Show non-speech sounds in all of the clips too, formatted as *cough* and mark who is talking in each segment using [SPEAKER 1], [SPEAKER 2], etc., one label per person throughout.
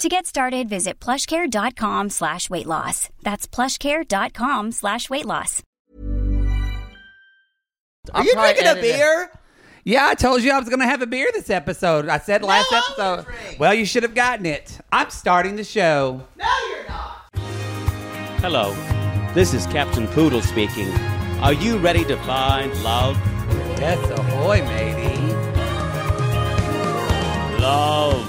[SPEAKER 1] To get started, visit plushcare.com slash weight loss. That's plushcare.com slash weight loss.
[SPEAKER 2] Are
[SPEAKER 3] I'll
[SPEAKER 2] you
[SPEAKER 3] probably
[SPEAKER 2] drinking a
[SPEAKER 3] edit it.
[SPEAKER 2] beer?
[SPEAKER 3] Yeah, I told you I was going to have a beer this episode. I said last
[SPEAKER 2] I
[SPEAKER 3] episode.
[SPEAKER 2] won't drink.
[SPEAKER 3] Well, you should have gotten it. I'm starting the show.
[SPEAKER 2] No, you're not.
[SPEAKER 4] Hello, this is Captain Poodle speaking. Are you ready to find love?
[SPEAKER 3] Yes, ahoy, matey.
[SPEAKER 4] Love.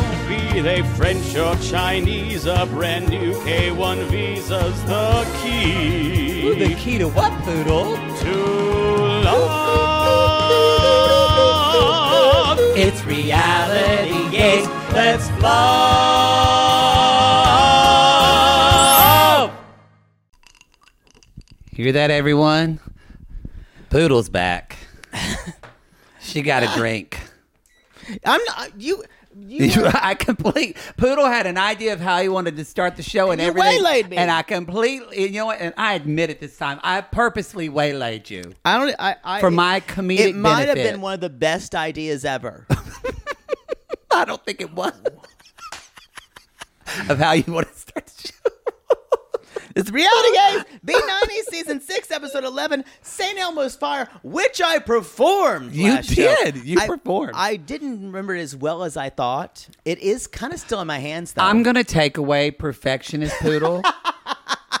[SPEAKER 4] Be they French or Chinese, a brand new K1 visa's the key.
[SPEAKER 3] Ooh, the key to what, Poodle?
[SPEAKER 4] to love.
[SPEAKER 3] It's reality,
[SPEAKER 4] Yes, let's
[SPEAKER 3] love. Hear that, everyone? Poodle's
[SPEAKER 2] *laughs*
[SPEAKER 3] back. she got a drink.
[SPEAKER 2] I'm not. You.
[SPEAKER 3] *laughs*
[SPEAKER 2] You.
[SPEAKER 3] I complete. Poodle had an idea of how he wanted to start the show and
[SPEAKER 2] You
[SPEAKER 3] everything.
[SPEAKER 2] waylaid me.
[SPEAKER 3] and I completely, you know, what, and I admit it this time. I purposely waylaid you.
[SPEAKER 2] I don't. I. I
[SPEAKER 3] For my
[SPEAKER 2] It
[SPEAKER 3] comedic
[SPEAKER 2] might have
[SPEAKER 3] benefit.
[SPEAKER 2] been one of the best ideas
[SPEAKER 3] *laughs*
[SPEAKER 2] ever.
[SPEAKER 3] I don't think it was *laughs* of how you want to start the show.
[SPEAKER 2] It's reality, guys. B90 *laughs* season six, episode eleven, St. Elmo's Fire, which I performed.
[SPEAKER 3] You
[SPEAKER 2] last show.
[SPEAKER 3] did. You
[SPEAKER 2] I-
[SPEAKER 3] performed.
[SPEAKER 2] I didn't remember it as well as I thought. It is kind of still in my hands, though.
[SPEAKER 3] I'm gonna take away perfectionist *laughs* poodle.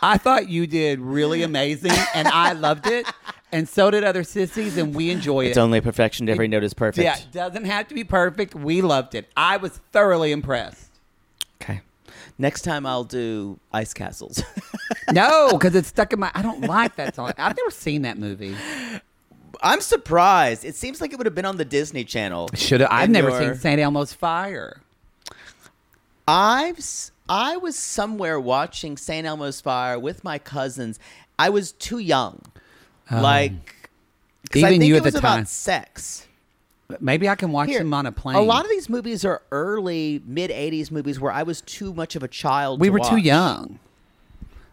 [SPEAKER 3] I thought you did really amazing, and I loved it, and so did other sissies, and we enjoy
[SPEAKER 2] It's
[SPEAKER 3] it.
[SPEAKER 2] only perfection. Every note is perfect.
[SPEAKER 3] yeah, it doesn't have to be perfect. We loved it. I was thoroughly impressed.
[SPEAKER 2] Okay. Next time I'll do Ice Castles. *laughs*
[SPEAKER 3] No, because it's stuck in my. I don't like that song. I've never seen that movie.
[SPEAKER 2] I'm surprised. It seems like it would have been on the Disney Channel.
[SPEAKER 3] Should I've
[SPEAKER 2] And
[SPEAKER 3] never
[SPEAKER 2] your-
[SPEAKER 3] seen St. Elmo's Fire.
[SPEAKER 2] I've s- I was somewhere watching St. Elmo's Fire with my cousins. I was too young. like 'cause I
[SPEAKER 3] Um, even
[SPEAKER 2] think
[SPEAKER 3] you
[SPEAKER 2] it
[SPEAKER 3] at the
[SPEAKER 2] was about
[SPEAKER 3] time.
[SPEAKER 2] sex.
[SPEAKER 3] Maybe I can watch
[SPEAKER 2] Here,
[SPEAKER 3] them on a plane.
[SPEAKER 2] A lot of these movies are early mid 80s movies where I was too much of a child.
[SPEAKER 3] we
[SPEAKER 2] to
[SPEAKER 3] were too
[SPEAKER 2] watch. Um,
[SPEAKER 3] young.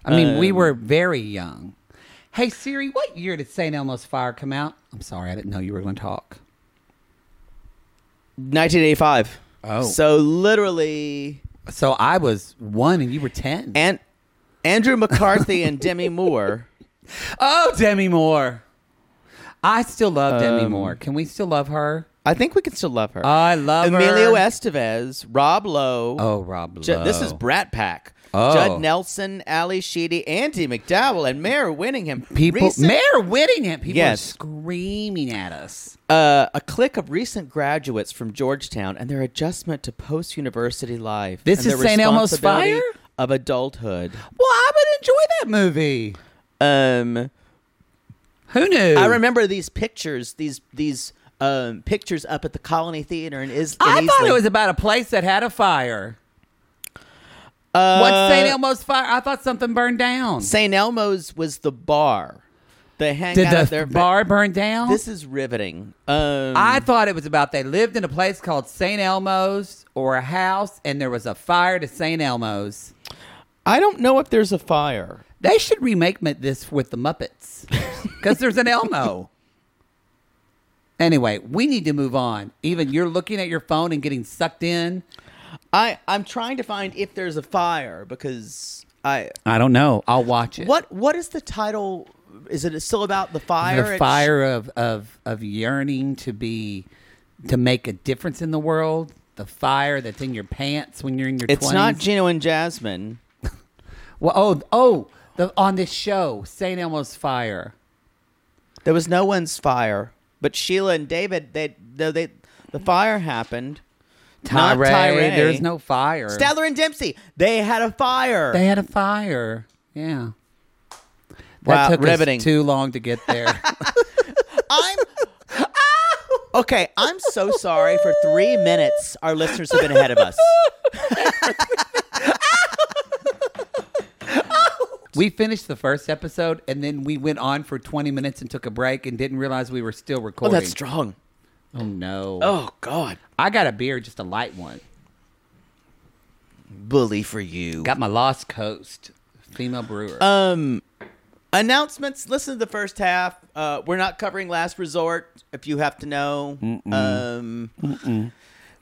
[SPEAKER 3] I mean, we were very young. Hey Siri, what year did St. Elmo's Fire come out? I'm sorry, I didn't know you were going to talk.
[SPEAKER 2] 1985.
[SPEAKER 3] Oh.
[SPEAKER 2] So literally
[SPEAKER 3] So I was one and you were ten.
[SPEAKER 2] and Andrew McCarthy and Demi *laughs* Moore.
[SPEAKER 3] oh, Demi Moore. I still love
[SPEAKER 2] Um,
[SPEAKER 3] Demi Moore. Can we still love her?
[SPEAKER 2] I think we can still love her.
[SPEAKER 3] I love her.
[SPEAKER 2] Emilio Estevez, Rob Lowe.
[SPEAKER 3] Oh, Rob
[SPEAKER 2] Ju- This is
[SPEAKER 3] Lowe.
[SPEAKER 2] Brat Pack.
[SPEAKER 3] Oh.
[SPEAKER 2] Judd Nelson, Ali Sheedy, Andy McDowell, and Mayor Winningham.
[SPEAKER 3] People,
[SPEAKER 2] Recent-
[SPEAKER 3] Mayor Whittingham. People
[SPEAKER 2] Yes.
[SPEAKER 3] are screaming at us.
[SPEAKER 2] uh, a clique of recent graduates from Georgetown and their adjustment to post-university life.
[SPEAKER 3] This
[SPEAKER 2] and
[SPEAKER 3] is
[SPEAKER 2] their
[SPEAKER 3] St. Elmo's
[SPEAKER 2] responsibility
[SPEAKER 3] Fire?
[SPEAKER 2] of adulthood.
[SPEAKER 3] Well, I would enjoy that movie.
[SPEAKER 2] Um,
[SPEAKER 3] Who knew?
[SPEAKER 2] I remember these pictures. These these um, pictures up at the Colony Theater in, is- in
[SPEAKER 3] I thought
[SPEAKER 2] Eastley.
[SPEAKER 3] it was about a place that had a fire.
[SPEAKER 2] Uh,
[SPEAKER 3] What's St. Elmo's fire? I thought something burned down.
[SPEAKER 2] St. Elmo's was the bar. They hang
[SPEAKER 3] Did
[SPEAKER 2] out
[SPEAKER 3] the
[SPEAKER 2] at their
[SPEAKER 3] bar burn down?
[SPEAKER 2] This is riveting. Um,
[SPEAKER 3] I thought it was about they lived in a place called St. Elmo's or a house, and there was a fire to St. Elmo's.
[SPEAKER 2] I don't know if there's a fire.
[SPEAKER 3] They should remake ma- this with the *laughs* Muppets because there's an Elmo. Anyway, we need to move on. Even you're looking at your phone and getting sucked in.
[SPEAKER 2] I I'm trying to find if there's a fire because I
[SPEAKER 3] I don't know. I'll watch it.
[SPEAKER 2] what what is the title? Is it still about the fire?
[SPEAKER 3] the
[SPEAKER 2] It's-
[SPEAKER 3] fire of, of of yearning to be to make a difference in the world the fire that's in your pants when you're in your
[SPEAKER 2] It's
[SPEAKER 3] 20s
[SPEAKER 2] not Gino and Jasmine.
[SPEAKER 3] well, oh oh the, on this show st elmo's fire
[SPEAKER 2] There was no one's fire, but Sheila and David. They they, they the fire happened. Not
[SPEAKER 3] Tyree,
[SPEAKER 2] Tyree.
[SPEAKER 3] there's no fire
[SPEAKER 2] Statler and Dempsey. They had a fire.
[SPEAKER 3] they had a fire yeah that
[SPEAKER 2] Wow,
[SPEAKER 3] took
[SPEAKER 2] riveting.
[SPEAKER 3] us too long to get
[SPEAKER 2] *laughs*
[SPEAKER 3] there
[SPEAKER 2] I'm okay. I'm so sorry. For three minutes, our listeners have been ahead
[SPEAKER 3] *laughs*
[SPEAKER 2] of us.
[SPEAKER 3] we finished the first episode and then we went on for 20 minutes and took a break and didn't realize we were still
[SPEAKER 2] Oh,
[SPEAKER 3] recording
[SPEAKER 2] that's strong.
[SPEAKER 3] oh no
[SPEAKER 2] Oh God,
[SPEAKER 3] i got a beer just a light one
[SPEAKER 2] bully for you.
[SPEAKER 3] Got my Lost Coast female brewer.
[SPEAKER 2] announcements listen to the first half uh, we're not covering last resort if you have to know um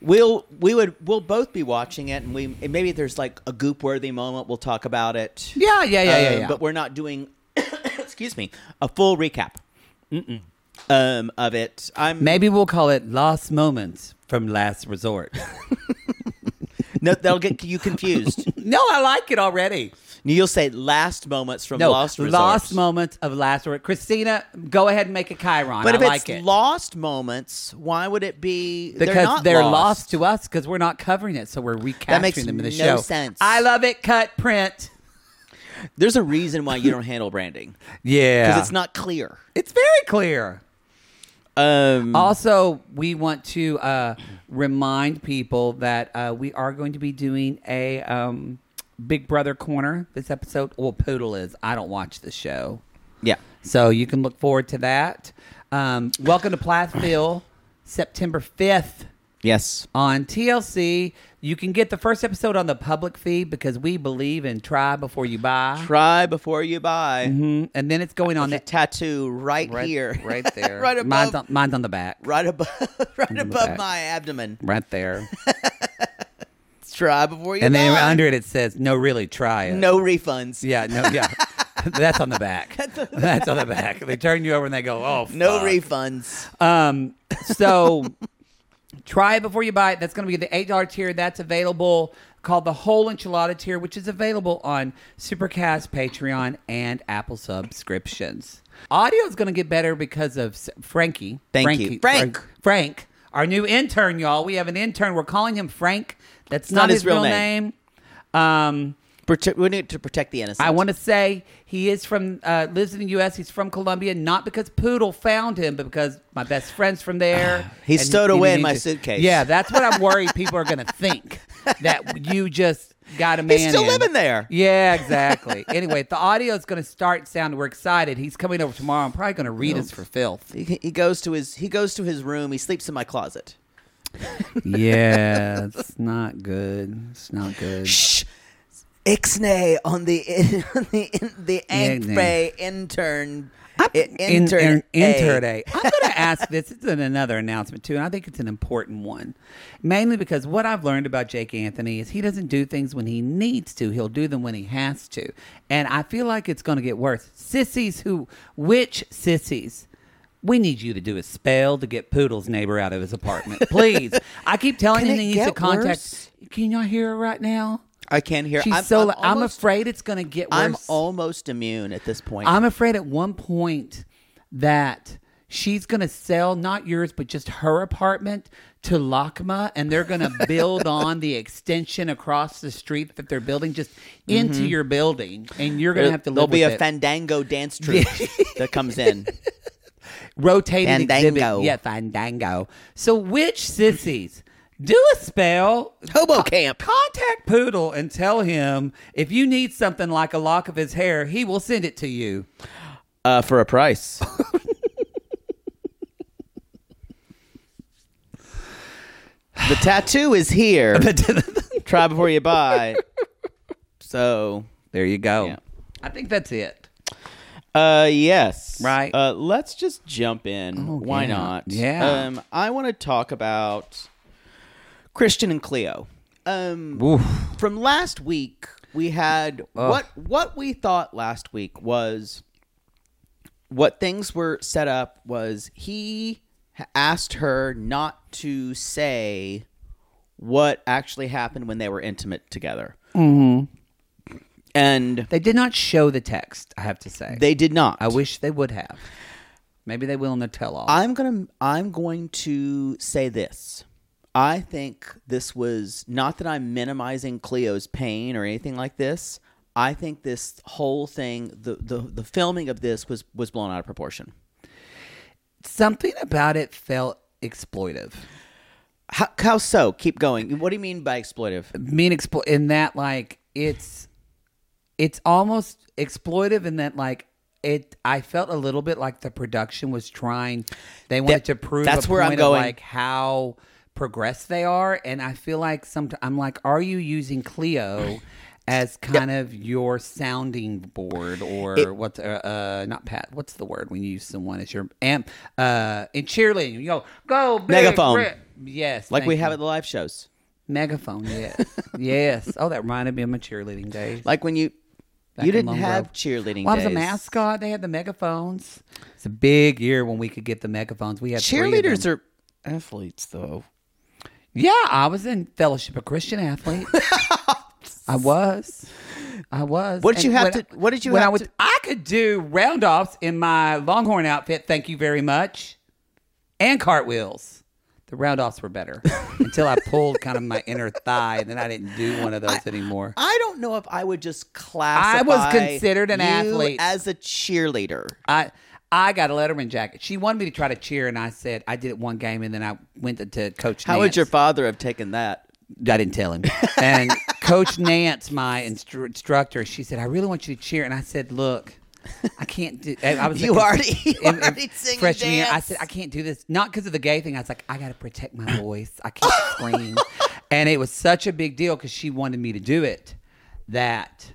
[SPEAKER 2] we'll we would we'll both be watching it and we and maybe there's like a goop worthy moment we'll talk about it
[SPEAKER 3] yeah, yeah, yeah, yeah,
[SPEAKER 2] Um,
[SPEAKER 3] yeah.
[SPEAKER 2] but we're not doing *coughs* excuse me a full recap um of it i'm
[SPEAKER 3] Maybe we'll call it Lost Moments from Last
[SPEAKER 2] *laughs*
[SPEAKER 3] Resort.
[SPEAKER 2] no that'll get you
[SPEAKER 3] *laughs*
[SPEAKER 2] confused
[SPEAKER 3] no, I like it already.
[SPEAKER 2] you'll say last moments from
[SPEAKER 3] No,
[SPEAKER 2] lost
[SPEAKER 3] Lost,
[SPEAKER 2] resort
[SPEAKER 3] Moments of Last Resort. Christina, go ahead and make a Chiron.
[SPEAKER 2] but
[SPEAKER 3] I
[SPEAKER 2] if
[SPEAKER 3] like
[SPEAKER 2] it's
[SPEAKER 3] it.
[SPEAKER 2] lost moments why would it be
[SPEAKER 3] because
[SPEAKER 2] they're, not
[SPEAKER 3] lost. to us because we're not covering it, so we're recapturing
[SPEAKER 2] makes
[SPEAKER 3] them in the
[SPEAKER 2] no
[SPEAKER 3] show.
[SPEAKER 2] sense.
[SPEAKER 3] I love it. Cut print.
[SPEAKER 2] There's a reason why *laughs* you don't handle branding
[SPEAKER 3] Yeah,
[SPEAKER 2] because it's not clear.
[SPEAKER 3] It's very clear.
[SPEAKER 2] Um,
[SPEAKER 3] Also, we want to uh, remind people that uh, we are going to be doing a um, Big Brother corner this episode. Well, Poodle is. I don't watch the show,
[SPEAKER 2] yeah.
[SPEAKER 3] so you can look forward to that. Um, welcome to Plathville, September fifth
[SPEAKER 2] Yes.
[SPEAKER 3] on TLC. You can get the first episode on the public feed because we believe in try before you buy.
[SPEAKER 2] Try before you buy.
[SPEAKER 3] Mhm. And then it's going on
[SPEAKER 2] The
[SPEAKER 3] the
[SPEAKER 2] tattoo Mm-hmm. right,
[SPEAKER 3] right
[SPEAKER 2] here, *laughs*
[SPEAKER 3] *laughs* right there,
[SPEAKER 2] right above,
[SPEAKER 3] Mine's on, mine's on the back,
[SPEAKER 2] right above, *laughs* right above
[SPEAKER 3] back.
[SPEAKER 2] my abdomen.
[SPEAKER 3] right there.
[SPEAKER 2] Try before you
[SPEAKER 3] And
[SPEAKER 2] buy.
[SPEAKER 3] then under it, it says, "No, really, try it."
[SPEAKER 2] no refunds.
[SPEAKER 3] yeah, no, *laughs* yeah. That's on the back. That's on the back. They turn you over and they go, "Oh,
[SPEAKER 2] No
[SPEAKER 3] fuck."
[SPEAKER 2] refunds.
[SPEAKER 3] Um, *laughs* so try it before you buy it. That's going to be the eight dollar tier. That's available called the whole enchilada tier, which is available on Supercast, Patreon, and Apple subscriptions. Audio is going to get better because of S- Frankie.
[SPEAKER 2] Thank
[SPEAKER 3] Frankie,
[SPEAKER 2] you. Frank.
[SPEAKER 3] Frank. Frank, our new intern, y'all. We have an intern. We're calling him Frank. That's not, his, real name. Um,
[SPEAKER 2] Prote- we need to protect the innocent.
[SPEAKER 3] I want to say he is from uh, lives in the U.S. He's from Colombia, not because Poodle found him, but because my best friend's from there.
[SPEAKER 2] *sighs* He
[SPEAKER 3] and-
[SPEAKER 2] stowed
[SPEAKER 3] and
[SPEAKER 2] away
[SPEAKER 3] he
[SPEAKER 2] in my
[SPEAKER 3] needs to-
[SPEAKER 2] suitcase.
[SPEAKER 3] Yeah, that's
[SPEAKER 2] *laughs*
[SPEAKER 3] what I'm worried people are going to think that you just got a man.
[SPEAKER 2] He's still
[SPEAKER 3] in.
[SPEAKER 2] living there. *laughs*
[SPEAKER 3] Yeah, exactly. anyway, the audio is going to start sound. We're excited. He's coming over tomorrow. I'm probably going to read us
[SPEAKER 2] *laughs*
[SPEAKER 3] for filth.
[SPEAKER 2] He, he goes to his he goes to his room. He sleeps in my closet.
[SPEAKER 3] Yeah, *laughs* it's not good. It's not good.
[SPEAKER 2] Shh. Ixnay on the *laughs* on the the Angpray intern.
[SPEAKER 3] Inter-
[SPEAKER 2] Intern.
[SPEAKER 3] Inter- Day. I'm going to ask this. It's an, another announcement too, and I think it's an important one, mainly because what I've learned about Jake Anthony is he doesn't do things when he needs to. He'll do them when he has to, and I feel like it's going to get worse. Sissies who, which sissies? We need you to do a spell to get Poodle's neighbor out of
[SPEAKER 2] *laughs*
[SPEAKER 3] his apartment, please. I keep telling
[SPEAKER 2] Can
[SPEAKER 3] him
[SPEAKER 2] it
[SPEAKER 3] he needs to
[SPEAKER 2] get
[SPEAKER 3] contact.
[SPEAKER 2] worse?
[SPEAKER 3] Can y'all hear her right now?
[SPEAKER 2] I can hear.
[SPEAKER 3] She's
[SPEAKER 2] I'm,
[SPEAKER 3] so.
[SPEAKER 2] I'm
[SPEAKER 3] li- I'm
[SPEAKER 2] almost-
[SPEAKER 3] afraid it's going to get worse.
[SPEAKER 2] I'm almost immune at this point.
[SPEAKER 3] I'm afraid at one point that she's going to sell not yours but just her apartment to Lakma and
[SPEAKER 2] *laughs*
[SPEAKER 3] they're going to build on the extension across the street that they're building just into your building and you're going to have to
[SPEAKER 2] Mm-hmm. There'll
[SPEAKER 3] live
[SPEAKER 2] be
[SPEAKER 3] with
[SPEAKER 2] a
[SPEAKER 3] it.
[SPEAKER 2] fandango dance troupe that comes
[SPEAKER 3] *laughs*
[SPEAKER 2] in.
[SPEAKER 3] rotating exhibit.
[SPEAKER 2] Fandango.
[SPEAKER 3] Yeah, fandango. So which sissies do a spell
[SPEAKER 2] Hobo camp.
[SPEAKER 3] contact Poodle and tell him if you need something like a lock of his hair, he will send it to
[SPEAKER 2] *laughs*
[SPEAKER 3] you. *laughs*
[SPEAKER 2] Uh, for a price. the tattoo is *laughs*
[SPEAKER 3] *laughs*
[SPEAKER 2] here. Try before you buy. So
[SPEAKER 3] There you go.
[SPEAKER 2] Yeah.
[SPEAKER 3] I think that's it.
[SPEAKER 2] Uh, yes.
[SPEAKER 3] Right.
[SPEAKER 2] Uh, let's just jump in. Why
[SPEAKER 3] Oh, yeah.
[SPEAKER 2] not?
[SPEAKER 3] Yeah.
[SPEAKER 2] Um, I want to talk about Christian and Cleo. Um, from last week we had what what we thought last week was what things were set up was he ha- asked her not to say what actually happened when they were intimate together. Mm-hmm. And
[SPEAKER 3] They did not show the text, I have to say.
[SPEAKER 2] they did not.
[SPEAKER 3] I wish they would have. Maybe they will in the tell all.
[SPEAKER 2] I'm gonna I'm going to say this. I think this was not that I'm minimizing Cleo's pain or anything like this. I think this whole thing, the the, the filming of this was was blown out of proportion.
[SPEAKER 3] Something about it felt exploitive.
[SPEAKER 2] How, how so? Keep going. What do you mean by exploitive?
[SPEAKER 3] mean explo- in that like it's it's almost exploitive in that like it I felt a little bit like the production was trying they wanted to prove
[SPEAKER 2] that's
[SPEAKER 3] a
[SPEAKER 2] where I'm
[SPEAKER 3] point
[SPEAKER 2] going.
[SPEAKER 3] of like how progressed they are and I feel like some I'm like are you using Clio as kind of your sounding board or what's uh, uh not Pat what's the word when you use someone as your amp uh in cheerleading you go go big
[SPEAKER 2] Megaphone.
[SPEAKER 3] Red." yes
[SPEAKER 2] Like
[SPEAKER 3] thank
[SPEAKER 2] we
[SPEAKER 3] you.
[SPEAKER 2] have at the live shows.
[SPEAKER 3] Megaphone,
[SPEAKER 2] *laughs*
[SPEAKER 3] yes. yes. Oh, that reminded me of my cheerleading days.
[SPEAKER 2] Like when you
[SPEAKER 3] Back
[SPEAKER 2] you
[SPEAKER 3] in
[SPEAKER 2] didn't
[SPEAKER 3] Lone
[SPEAKER 2] have
[SPEAKER 3] Grove.
[SPEAKER 2] cheerleading.
[SPEAKER 3] Well, I was a
[SPEAKER 2] days.
[SPEAKER 3] mascot. They had the megaphones. It's a big year when we could get the megaphones. We had
[SPEAKER 2] Cheerleaders are athletes, though.
[SPEAKER 3] Yeah, I was in Fellowship of
[SPEAKER 2] *laughs*
[SPEAKER 3] Christian Athletes. I was. I was.
[SPEAKER 2] What did you
[SPEAKER 3] And
[SPEAKER 2] have
[SPEAKER 3] when
[SPEAKER 2] to- what did you
[SPEAKER 3] when I
[SPEAKER 2] have
[SPEAKER 3] was,
[SPEAKER 2] to-
[SPEAKER 3] I could do roundoffs in my Longhorn outfit. Thank you very much. And cartwheels. The roundoffs
[SPEAKER 2] *laughs*
[SPEAKER 3] were better until I pulled kind of my inner thigh, and then I didn't do one of those anymore.
[SPEAKER 2] I don't know if I would just classify.
[SPEAKER 3] considered an
[SPEAKER 2] you
[SPEAKER 3] athlete.
[SPEAKER 2] as a cheerleader.
[SPEAKER 3] I I got a Letterman jacket. She wanted me to try to cheer, and I said I did it one game, and then I went to, to Coach.
[SPEAKER 2] How
[SPEAKER 3] Nance.
[SPEAKER 2] would your father have taken that?
[SPEAKER 3] I didn't tell him. And Coach Nance, my instru- instructor, she said, "I really want you to cheer," and I said, "Look." I can't do. and I was
[SPEAKER 2] You
[SPEAKER 3] in- *laughs*
[SPEAKER 2] already- you
[SPEAKER 3] in- in
[SPEAKER 2] already sing and
[SPEAKER 3] freshman year. I
[SPEAKER 2] dance.
[SPEAKER 3] said I can't do this, not because of the gay thing. I was like, I got to protect my voice.
[SPEAKER 2] *laughs*
[SPEAKER 3] I can't scream, and it was such a big deal because she wanted me to do it that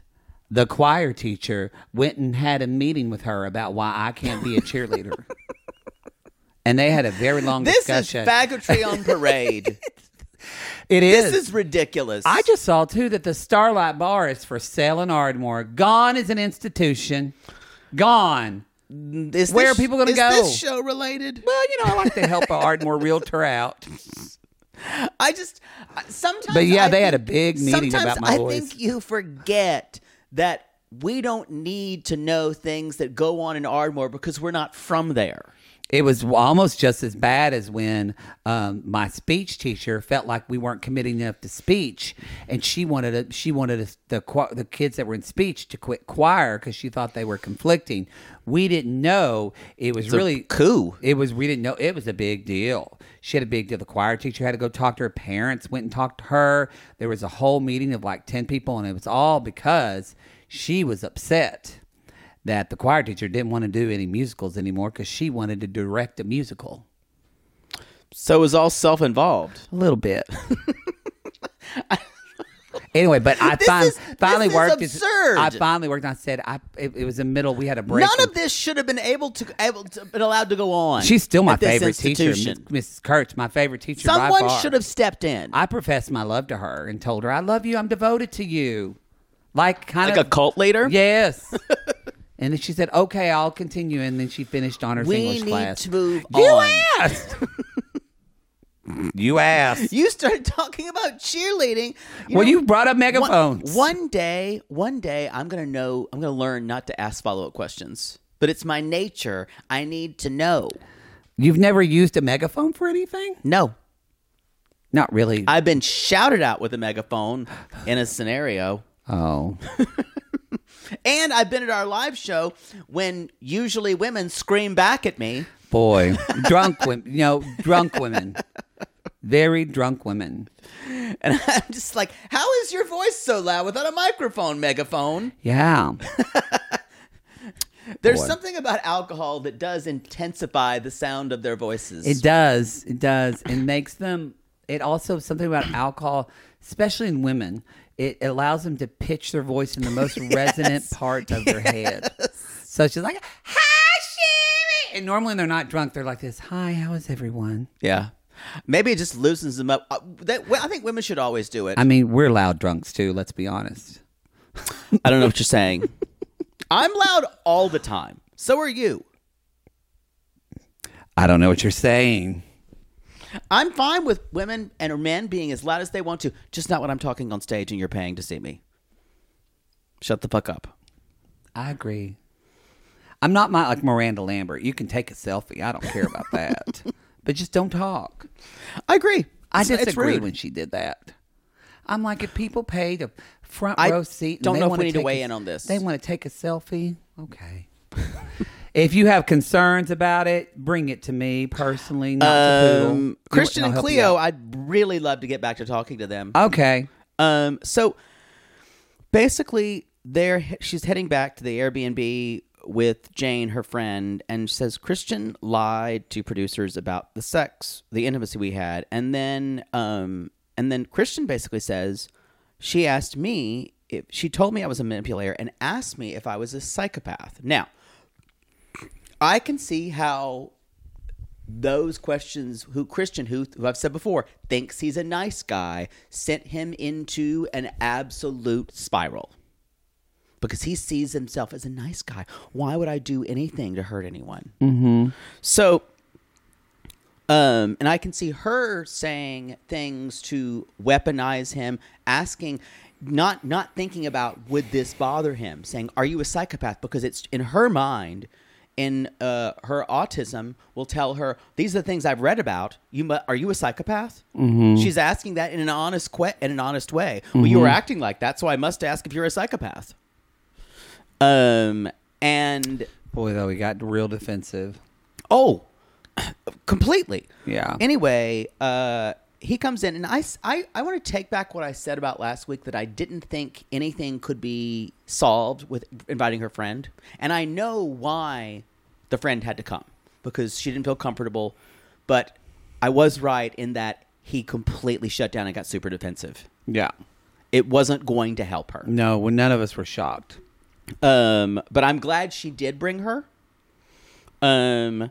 [SPEAKER 3] the choir teacher went and had a meeting with her about why I can't be
[SPEAKER 2] *laughs*
[SPEAKER 3] a cheerleader, and they had a very long
[SPEAKER 2] This is
[SPEAKER 3] discussion.
[SPEAKER 2] faggotry
[SPEAKER 3] *laughs*
[SPEAKER 2] on parade.
[SPEAKER 3] it is.
[SPEAKER 2] this is ridiculous.
[SPEAKER 3] I just saw too that the Starlight Bar is for sale in Ardmore. Gone is an institution. Gone.
[SPEAKER 2] is
[SPEAKER 3] where are people gonna
[SPEAKER 2] is
[SPEAKER 3] go?
[SPEAKER 2] This show related.
[SPEAKER 3] Well, you know, I like to help an Ardmore realtor out.
[SPEAKER 2] I just I- sometimes.
[SPEAKER 3] But yeah,
[SPEAKER 2] I
[SPEAKER 3] they had
[SPEAKER 2] think-
[SPEAKER 3] a big meeting
[SPEAKER 2] sometimes
[SPEAKER 3] about my
[SPEAKER 2] I
[SPEAKER 3] voice.
[SPEAKER 2] think you forget that we don't need to know things that go on in Ardmore because we're not from there.
[SPEAKER 3] It was almost just as bad as when um, my speech teacher felt like we weren't committing enough to speech, and she wanted a, she wanted us the cho- the kids that were in speech to quit choir because she thought they were conflicting. We didn't know it was really
[SPEAKER 2] coup.
[SPEAKER 3] It was we didn't know it was a big deal. She had a big deal. The choir teacher had to go talk to her parents. Went and talked to her. There was a whole meeting of like ten people, and it was all because she was upset that the choir teacher didn't want to do any musicals anymore because she wanted to direct a musical.
[SPEAKER 2] So it was all self-involved.
[SPEAKER 3] A little bit. anyway,
[SPEAKER 2] *laughs*
[SPEAKER 3] but I fin-
[SPEAKER 2] is-
[SPEAKER 3] finally
[SPEAKER 2] this is
[SPEAKER 3] worked.
[SPEAKER 2] absurd.
[SPEAKER 3] I finally worked. And I said, I it, it was a middle. We had a break.
[SPEAKER 2] *laughs* None
[SPEAKER 3] and-
[SPEAKER 2] of this should have been able to able to, been allowed to go on.
[SPEAKER 3] She's still my
[SPEAKER 2] at this
[SPEAKER 3] favorite teacher,
[SPEAKER 2] institution.
[SPEAKER 3] Miss- Mrs. Kurtz. My favorite teacher. by
[SPEAKER 2] Someone
[SPEAKER 3] far.
[SPEAKER 2] should have stepped in,
[SPEAKER 3] I professed my love to her and told her, "I love you. I'm devoted to you." Like kind
[SPEAKER 2] like
[SPEAKER 3] of
[SPEAKER 2] a cult leader.
[SPEAKER 3] Yes. and then she said, "Okay, I'll continue." And then she finished honors
[SPEAKER 2] We
[SPEAKER 3] English
[SPEAKER 2] need
[SPEAKER 3] class.
[SPEAKER 2] to move
[SPEAKER 3] you
[SPEAKER 2] on.
[SPEAKER 3] asked. you asked.
[SPEAKER 2] You started *laughs* talking about cheerleading.
[SPEAKER 3] well,
[SPEAKER 2] know,
[SPEAKER 3] you brought up
[SPEAKER 2] one,
[SPEAKER 3] megaphones.
[SPEAKER 2] one day, one day, I'm gonna know. I'm gonna learn not to ask follow up questions. But it's my nature. I need to know.
[SPEAKER 3] You've never used a megaphone for anything?
[SPEAKER 2] No,
[SPEAKER 3] Not really.
[SPEAKER 2] I've been shouted out with a megaphone in a scenario,
[SPEAKER 3] oh.
[SPEAKER 2] and I've been at our live show when usually women scream back at me.
[SPEAKER 3] boy drunk women you know drunk women very drunk women
[SPEAKER 2] And *laughs* I'm just like, how is your voice so loud without a microphone, megaphone?
[SPEAKER 3] yeah
[SPEAKER 2] There's
[SPEAKER 3] Boy.
[SPEAKER 2] something about alcohol that does intensify the sound of their voices.
[SPEAKER 3] it does *coughs* it does it makes them it also something about alcohol especially in women it allows them to pitch their voice in the *laughs* most resonant parts of their head. So she's like, "Hi, Sherry," and normally when they're not drunk. They're like this, "Hi, how is everyone?"
[SPEAKER 2] Yeah. Maybe it just loosens them up. Uh, that, well, I think women should always do it.
[SPEAKER 3] I mean, we're loud drunks too. Let's be honest.
[SPEAKER 2] I don't know what you're saying. *laughs* I'm loud all the time. So are you.
[SPEAKER 3] I don't know what you're saying.
[SPEAKER 2] I'm fine with women and men being as loud as they want to, just not when I'm talking on stage and you're paying to see me. Shut the fuck up.
[SPEAKER 3] I agree. I'm not my like Miranda Lambert. You can take a selfie. I don't care about *laughs* that. but just don't talk.
[SPEAKER 2] I agree.
[SPEAKER 3] I
[SPEAKER 2] It's- it's
[SPEAKER 3] disagree
[SPEAKER 2] rude.
[SPEAKER 3] when she did that. I'm like, if people pay to front
[SPEAKER 2] I
[SPEAKER 3] row seat, and
[SPEAKER 2] don't
[SPEAKER 3] they
[SPEAKER 2] know if
[SPEAKER 3] wanna
[SPEAKER 2] we need to
[SPEAKER 3] take
[SPEAKER 2] weigh
[SPEAKER 3] a-
[SPEAKER 2] in on this.
[SPEAKER 3] They want to take a selfie. Okay. *laughs* if you have concerns about it, bring it to me personally. Not to Poodle.
[SPEAKER 2] Um,
[SPEAKER 3] You-
[SPEAKER 2] Christian
[SPEAKER 3] I'll
[SPEAKER 2] and
[SPEAKER 3] help you
[SPEAKER 2] Cleo,
[SPEAKER 3] out.
[SPEAKER 2] I'd really love to get back to talking to them.
[SPEAKER 3] okay.
[SPEAKER 2] Um, so basically, there she's heading back to the Airbnb with Jane, her friend, and she says Christian lied to producers about the sex, the intimacy we had, and then um, and then Christian basically says she asked me if she told me I was a manipulator and asked me if I was a psychopath. Now, I can see how those questions who Christian, who, who I've said before, thinks he's a nice guy, sent him into an absolute spiral because he sees himself as a nice guy. Why would I do anything to hurt anyone? Mm-hmm. So, um, and I can see her saying things to weaponize him, asking, not not thinking about would this bother him, saying, "Are you a psychopath?" Because it's in her mind, in uh, her autism will tell her these are the things I've read about. You mu- are you a psychopath? She's asking that in an honest que- in an honest way. Well, you were acting like that, so I must ask if you're a psychopath. Um, and
[SPEAKER 3] Boy, though, we got real defensive.
[SPEAKER 2] Oh, *coughs* completely.
[SPEAKER 3] Yeah.
[SPEAKER 2] Anyway, uh, he comes in, and I, s- I, I want to take back what I said about last week that I didn't think anything could be solved with inviting her friend. And I know why the friend had to come because she didn't feel comfortable. But I was right in that he completely shut down and got super defensive.
[SPEAKER 3] Yeah.
[SPEAKER 2] It wasn't going to help her.
[SPEAKER 3] No, well, none of us were shocked.
[SPEAKER 2] Um, but I'm glad she did bring her. Um,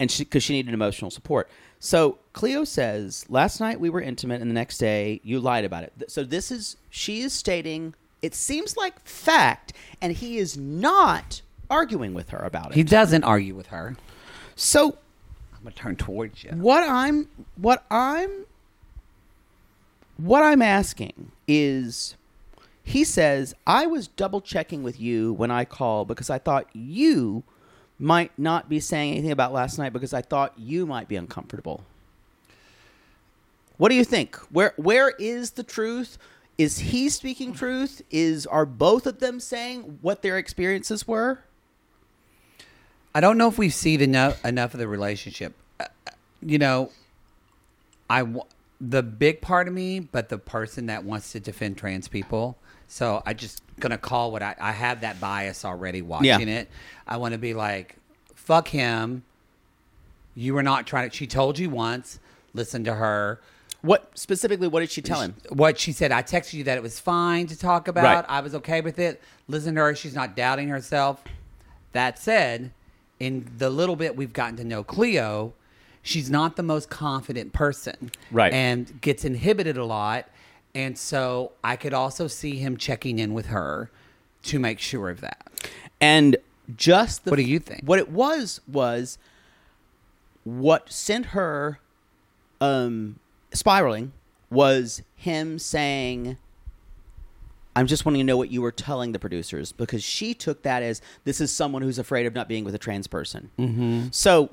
[SPEAKER 2] and she because she needed emotional support. So Cleo says, "Last night we were intimate, and the next day you lied about it." Th- So this is she is stating it seems like fact, and he is not arguing with her about it.
[SPEAKER 3] He doesn't argue with her.
[SPEAKER 2] so
[SPEAKER 3] I'm gonna turn towards you.
[SPEAKER 2] what I'm what I'm what I'm asking is he says I was double checking with you when I called because I thought you might not be saying anything about last night because I thought you might be uncomfortable. What do you think? Where where is the truth? Is he speaking truth? Is are both of them saying what their experiences were?
[SPEAKER 3] I don't know if we've seen enough enough of the relationship. Uh, uh, you know, I wa- the big part of me, but the person that wants to defend trans people. So I just gonna call what I, I have that bias already watching it. I want to be like, fuck him. You were not trying to. She told you once. Listen to her.
[SPEAKER 2] What specifically what did she tell him?
[SPEAKER 3] What she said, I texted you that it was fine to talk about.
[SPEAKER 2] Right.
[SPEAKER 3] I was okay with it. Listen to her. She's not doubting herself. That said, in the little bit we've gotten to know Cleo, she's not the most confident person.
[SPEAKER 2] Right.
[SPEAKER 3] And gets inhibited a lot. And so I could also see him checking in with her to make sure of that.
[SPEAKER 2] And just the
[SPEAKER 3] What do you think?
[SPEAKER 2] What it was was what sent her um spiraling was him saying I'm just wanting to know what you were telling the producers because she took that as this is someone who's afraid of not being with a trans person. Mm-hmm. So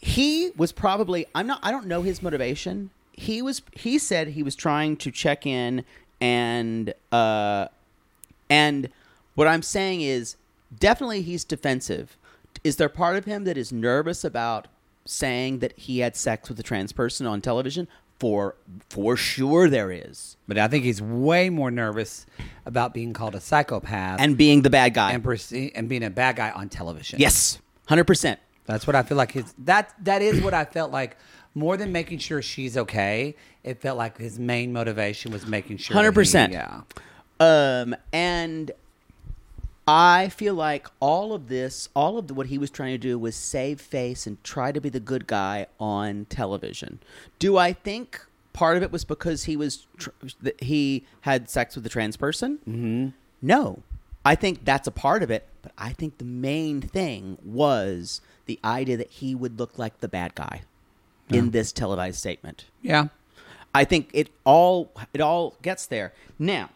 [SPEAKER 2] he was probably I'm not I don't know his motivation. He was he said he was trying to check in and uh and what I'm saying is definitely he's defensive. Is there part of him that is nervous about saying that he had sex with a trans person on television? For for sure there is.
[SPEAKER 3] But I think he's way more nervous about being called a psychopath
[SPEAKER 2] And being the bad guy.
[SPEAKER 3] and, perce- and being a bad guy on television.
[SPEAKER 2] yes. 100%.
[SPEAKER 3] That's what I feel like his that that is what I felt like more than making sure she's okay, it felt like his main motivation was making sure. that he-
[SPEAKER 2] 100%.
[SPEAKER 3] Yeah.
[SPEAKER 2] Um, and I feel like all of this, all of the, what he was trying to do was save face and try to be the good guy on television. Do I think part of it was because he was tr- that he had sex with a trans person? Mm-hmm. No, I think that's a part of it. But I think the main thing was the idea that he would look like the bad guy in this televised statement.
[SPEAKER 3] Yeah.
[SPEAKER 2] I think it all it all gets there. Now,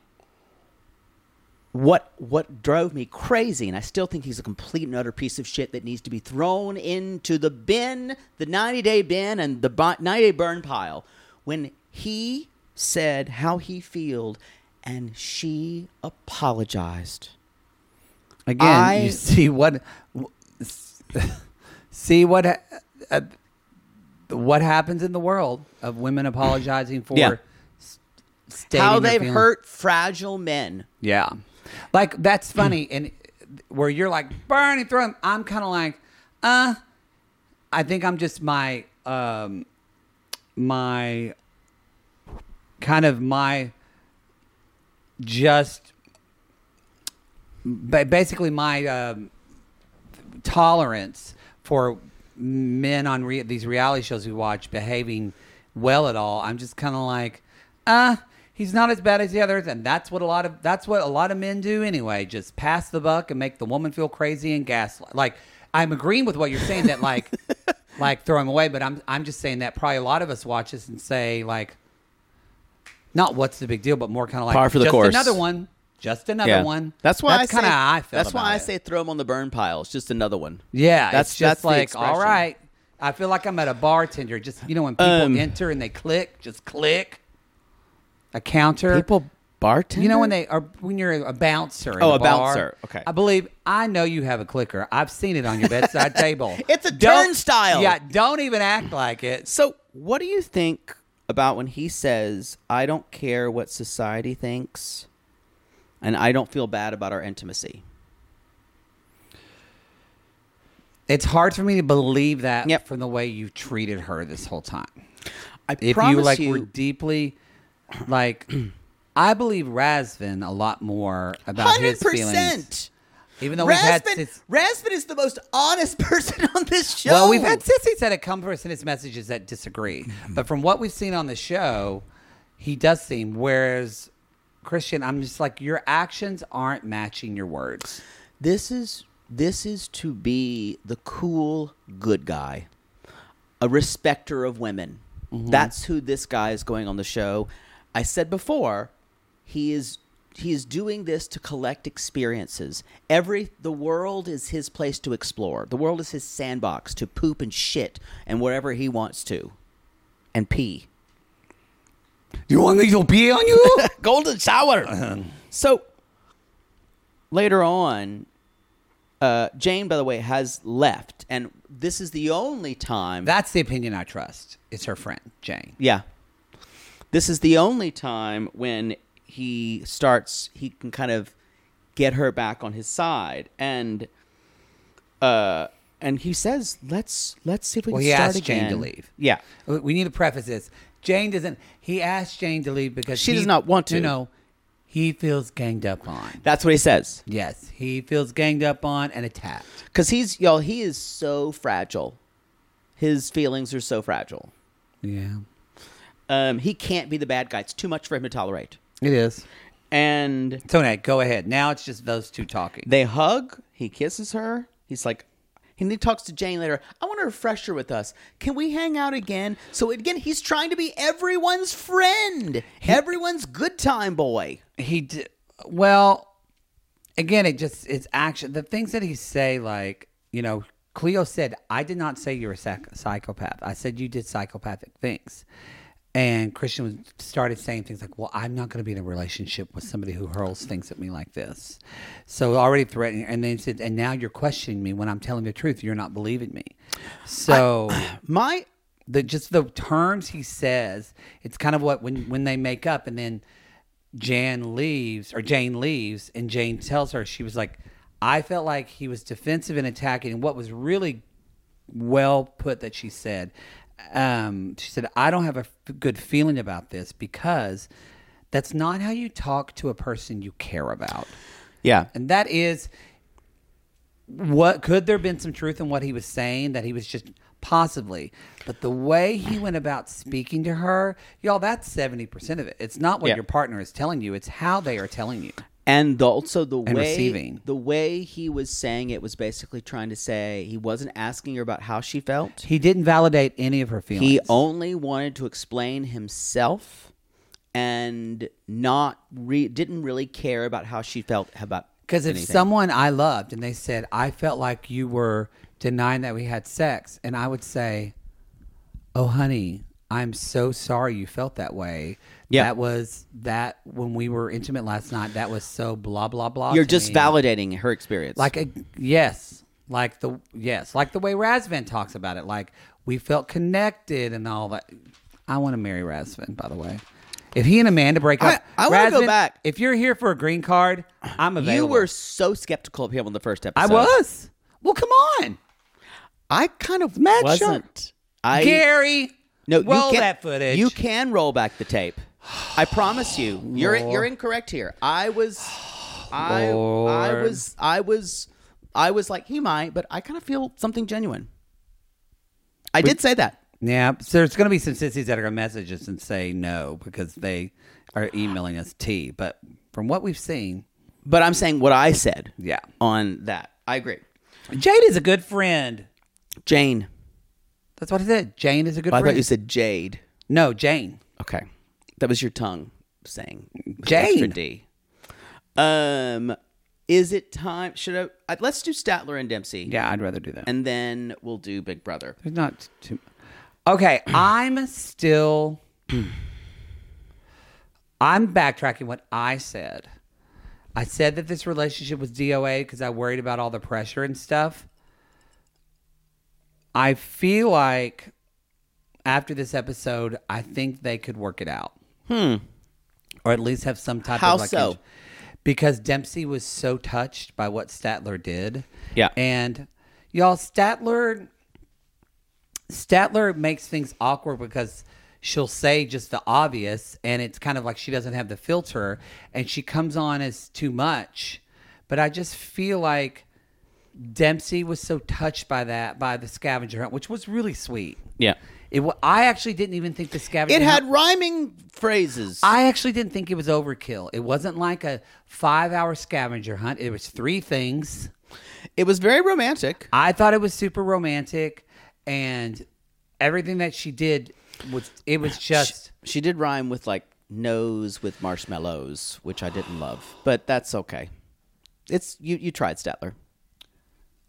[SPEAKER 2] what what drove me crazy, and I still think he's a complete and utter piece of shit that needs to be thrown into the bin, the ninety day bin, and the bu- ninety day burn pile. When he said how he feeled, and she apologized.
[SPEAKER 3] Again,
[SPEAKER 2] I-
[SPEAKER 3] you see what *laughs* see what uh, uh, what happens in the world of women apologizing for
[SPEAKER 2] Yeah.
[SPEAKER 3] s- stating
[SPEAKER 2] how
[SPEAKER 3] their
[SPEAKER 2] they've
[SPEAKER 3] feelings.
[SPEAKER 2] hurt fragile men.
[SPEAKER 3] Yeah. Like that's funny and where you're like Bernie throw him I'm kind of like uh I think I'm just my um my kind of my just ba- basically my um, tolerance for men on re- these reality shows we watch behaving well at all. I'm just kind of like, uh, he's not as bad as the others, and that's what a lot of that's what a lot of men do anyway. Just pass the buck and make the woman feel crazy and gaslight. Like I'm agreeing with what you're saying
[SPEAKER 2] *laughs*
[SPEAKER 3] that like like throw him away, but I'm I'm just saying that probably a lot of us watch this and say like. Not what's the big deal, but more kind of like
[SPEAKER 2] Par for the
[SPEAKER 3] just
[SPEAKER 2] course."
[SPEAKER 3] another one, just another one.
[SPEAKER 2] That's why I
[SPEAKER 3] that's kind of
[SPEAKER 2] say-
[SPEAKER 3] how I feel.
[SPEAKER 2] That's why
[SPEAKER 3] about
[SPEAKER 2] I
[SPEAKER 3] it.
[SPEAKER 2] say throw them on the burn pile. It's just another one.
[SPEAKER 3] Yeah,
[SPEAKER 2] that's
[SPEAKER 3] that's just
[SPEAKER 2] that's the
[SPEAKER 3] like all
[SPEAKER 2] expression.
[SPEAKER 3] right. I feel like I'm at a bartender. Just you know when people
[SPEAKER 2] Um,
[SPEAKER 3] enter and they click, just click a counter.
[SPEAKER 2] People bartend.
[SPEAKER 3] you know when they are when you're a bouncer. in
[SPEAKER 2] Oh, a
[SPEAKER 3] bar,
[SPEAKER 2] bouncer. Okay.
[SPEAKER 3] I believe I know you have a clicker. I've seen it on
[SPEAKER 2] *laughs*
[SPEAKER 3] your bedside table.
[SPEAKER 2] It's a
[SPEAKER 3] Don't-
[SPEAKER 2] turnstile.
[SPEAKER 3] Yeah, don't even act like it.
[SPEAKER 2] So, what do you think about when he says, "I don't care what society thinks, and I don't feel bad about our intimacy"?
[SPEAKER 3] It's hard for me to believe that
[SPEAKER 2] Yep.
[SPEAKER 3] from the way you've treated her this whole time.
[SPEAKER 2] I
[SPEAKER 3] if
[SPEAKER 2] promise
[SPEAKER 3] you like
[SPEAKER 2] you,
[SPEAKER 3] were deeply like *clears throat* I believe Razvin a lot more about his
[SPEAKER 2] hundred
[SPEAKER 3] feelings.
[SPEAKER 2] percent.
[SPEAKER 3] Even though we've had
[SPEAKER 2] Raspin,
[SPEAKER 3] sis-
[SPEAKER 2] Raspin is the most honest *laughs* person on this show.
[SPEAKER 3] well, we've had sissies that have come for us in his messages that disagree,
[SPEAKER 2] Mm-hmm.
[SPEAKER 3] but from what we've seen on the show, he does seem. Whereas Christian, I'm just like your actions aren't matching your words.
[SPEAKER 2] this is this is to be the cool good guy, a respecter of women. That's who this guy is going on the show. I said before, he is he is doing this to collect experiences. Every the world is his place to explore. The world is his sandbox to poop and shit and whatever he wants to, and pee.
[SPEAKER 3] You want me to be on you? *laughs*
[SPEAKER 2] golden *laughs* shower. so later on, uh, Jane, by the way, has left, and this is the only time
[SPEAKER 3] That's the opinion I trust. It's her friend Jane.
[SPEAKER 2] yeah, this is the only time when he starts. He can kind of get her back on his side, and uh, and he says, "Let's let's see if we
[SPEAKER 3] Well,
[SPEAKER 2] can
[SPEAKER 3] he
[SPEAKER 2] start
[SPEAKER 3] asked Jane to
[SPEAKER 2] again."
[SPEAKER 3] leave.
[SPEAKER 2] Yeah,
[SPEAKER 3] We we need to preface this. Jane doesn't. He asked Jane to leave because
[SPEAKER 2] She
[SPEAKER 3] he-
[SPEAKER 2] does not want to.
[SPEAKER 3] No, no, he feels ganged up on.
[SPEAKER 2] that's what he says.
[SPEAKER 3] Yes, he feels ganged up on and attacked.
[SPEAKER 2] Because he's y'all, he is so fragile. His feelings are so fragile.
[SPEAKER 3] Yeah,
[SPEAKER 2] Um, he can't be the bad guy. It's too much for him to tolerate.
[SPEAKER 3] it is.
[SPEAKER 2] And
[SPEAKER 3] So now, go ahead. Now it's just those two talking.
[SPEAKER 2] they hug. He kisses her. He's like, and he talks to Jane later. I want a refresher with us. Can we hang out again? So again, he's trying to be everyone's friend, everyone's good time boy.
[SPEAKER 3] he d- well again it just it's action the things that he say like you know cleo said i did not say you're a psych- psychopath i said you did psychopathic things and christian was, started saying things like well i'm not going to be in a relationship with somebody who hurls things at me like this so already threatening and then he said and now you're questioning me when i'm telling the truth you're not believing me so
[SPEAKER 2] My
[SPEAKER 3] the just the terms he says it's kind of what when when they make up and then jan leaves or jane leaves and jane tells her she was like i felt like he was defensive and attacking and what was really well put that she said um, she said, I don't have a f- good feeling about this because that's not how you talk to a person you care about.
[SPEAKER 2] Yeah.
[SPEAKER 3] And that is what could there have been some truth in what he was saying that he was just possibly, but the way he went about speaking to her, y'all, that's 70% of it. It's not what
[SPEAKER 2] Yeah.
[SPEAKER 3] your partner is telling you, it's how they are telling you.
[SPEAKER 2] and the, also the
[SPEAKER 3] And
[SPEAKER 2] way
[SPEAKER 3] receiving.
[SPEAKER 2] the way he was saying it was basically trying to say he wasn't asking her about how she felt.
[SPEAKER 3] He didn't validate any of her feelings.
[SPEAKER 2] He only wanted to explain himself and not re- didn't really care about how she felt about
[SPEAKER 3] Because if
[SPEAKER 2] anything.
[SPEAKER 3] someone I loved and they said, I felt like you were denying that we had sex, and I would say, Oh, honey, I'm so sorry you felt that way.
[SPEAKER 2] Yeah.
[SPEAKER 3] That was that when we were intimate last night, that was so blah, blah, blah.
[SPEAKER 2] you're
[SPEAKER 3] to
[SPEAKER 2] just
[SPEAKER 3] me."
[SPEAKER 2] validating her experience.
[SPEAKER 3] Like, a, yes. Like the, yes. Like the way Razvan talks about it. Like, we felt connected and all that. I want to marry Razvan, by the way. If he and Amanda break
[SPEAKER 2] I-
[SPEAKER 3] up,
[SPEAKER 2] I wanna go
[SPEAKER 3] Razvan,
[SPEAKER 2] back.
[SPEAKER 3] If you're here for a green card, I'm
[SPEAKER 2] you
[SPEAKER 3] available.
[SPEAKER 2] were so skeptical of him on the first episode.
[SPEAKER 3] I was. Well, come on,
[SPEAKER 2] I kind of
[SPEAKER 3] Matt
[SPEAKER 2] wasn't. I
[SPEAKER 3] Gary.
[SPEAKER 2] no.
[SPEAKER 3] roll
[SPEAKER 2] you can,
[SPEAKER 3] that footage.
[SPEAKER 2] You can roll back the tape. I promise you.
[SPEAKER 3] *sighs*
[SPEAKER 2] You're you're incorrect here. I was. I I
[SPEAKER 3] Lord.
[SPEAKER 2] was I was I was like he might, but I kind of feel something genuine. I did say that.
[SPEAKER 3] Yeah, so there's going to be some sissies that are going to message us and say no because they are emailing us tea. But from what we've seen,
[SPEAKER 2] But I'm saying what I said.
[SPEAKER 3] Yeah.
[SPEAKER 2] On that, I agree.
[SPEAKER 3] Jade is a good friend.
[SPEAKER 2] Jane.
[SPEAKER 3] That's what I said. Jane is a good
[SPEAKER 2] I
[SPEAKER 3] friend.
[SPEAKER 2] thought you said Jade.
[SPEAKER 3] no, Jane.
[SPEAKER 2] Okay, that was your tongue saying
[SPEAKER 3] Jane.
[SPEAKER 2] extra D. Um, is it time? Should I? I let's do Statler and Dempsey.
[SPEAKER 3] Yeah, I'd rather do that.
[SPEAKER 2] and then we'll do Big Brother.
[SPEAKER 3] There's not too. Okay, I'm still. *clears throat* I'm backtracking what I said. I said that this relationship was DOA because I worried about all the pressure and stuff. I feel like after this episode, I think they could work it out. Hmm. Or at least have some type
[SPEAKER 2] How
[SPEAKER 3] of like
[SPEAKER 2] so?
[SPEAKER 3] because Dempsey was so touched by what Statler did.
[SPEAKER 2] Yeah.
[SPEAKER 3] And y'all Statler Statler makes things awkward because she'll say just the obvious and it's kind of like she doesn't have the filter and she comes on as too much. But I just feel like Dempsey was so touched by that by the scavenger hunt, which was really sweet.
[SPEAKER 2] Yeah,
[SPEAKER 3] It wa- I actually didn't even think the scavenger
[SPEAKER 2] it
[SPEAKER 3] hunt-
[SPEAKER 2] had rhyming phrases.
[SPEAKER 3] I actually didn't think it was overkill. It wasn't like a five hour scavenger hunt. It was three things.
[SPEAKER 2] it was very romantic.
[SPEAKER 3] I thought it was super romantic and everything that she did was it was just
[SPEAKER 2] She did rhyme with like nose with marshmallows, which I didn't love, but that's okay. It's you. You tried Statler.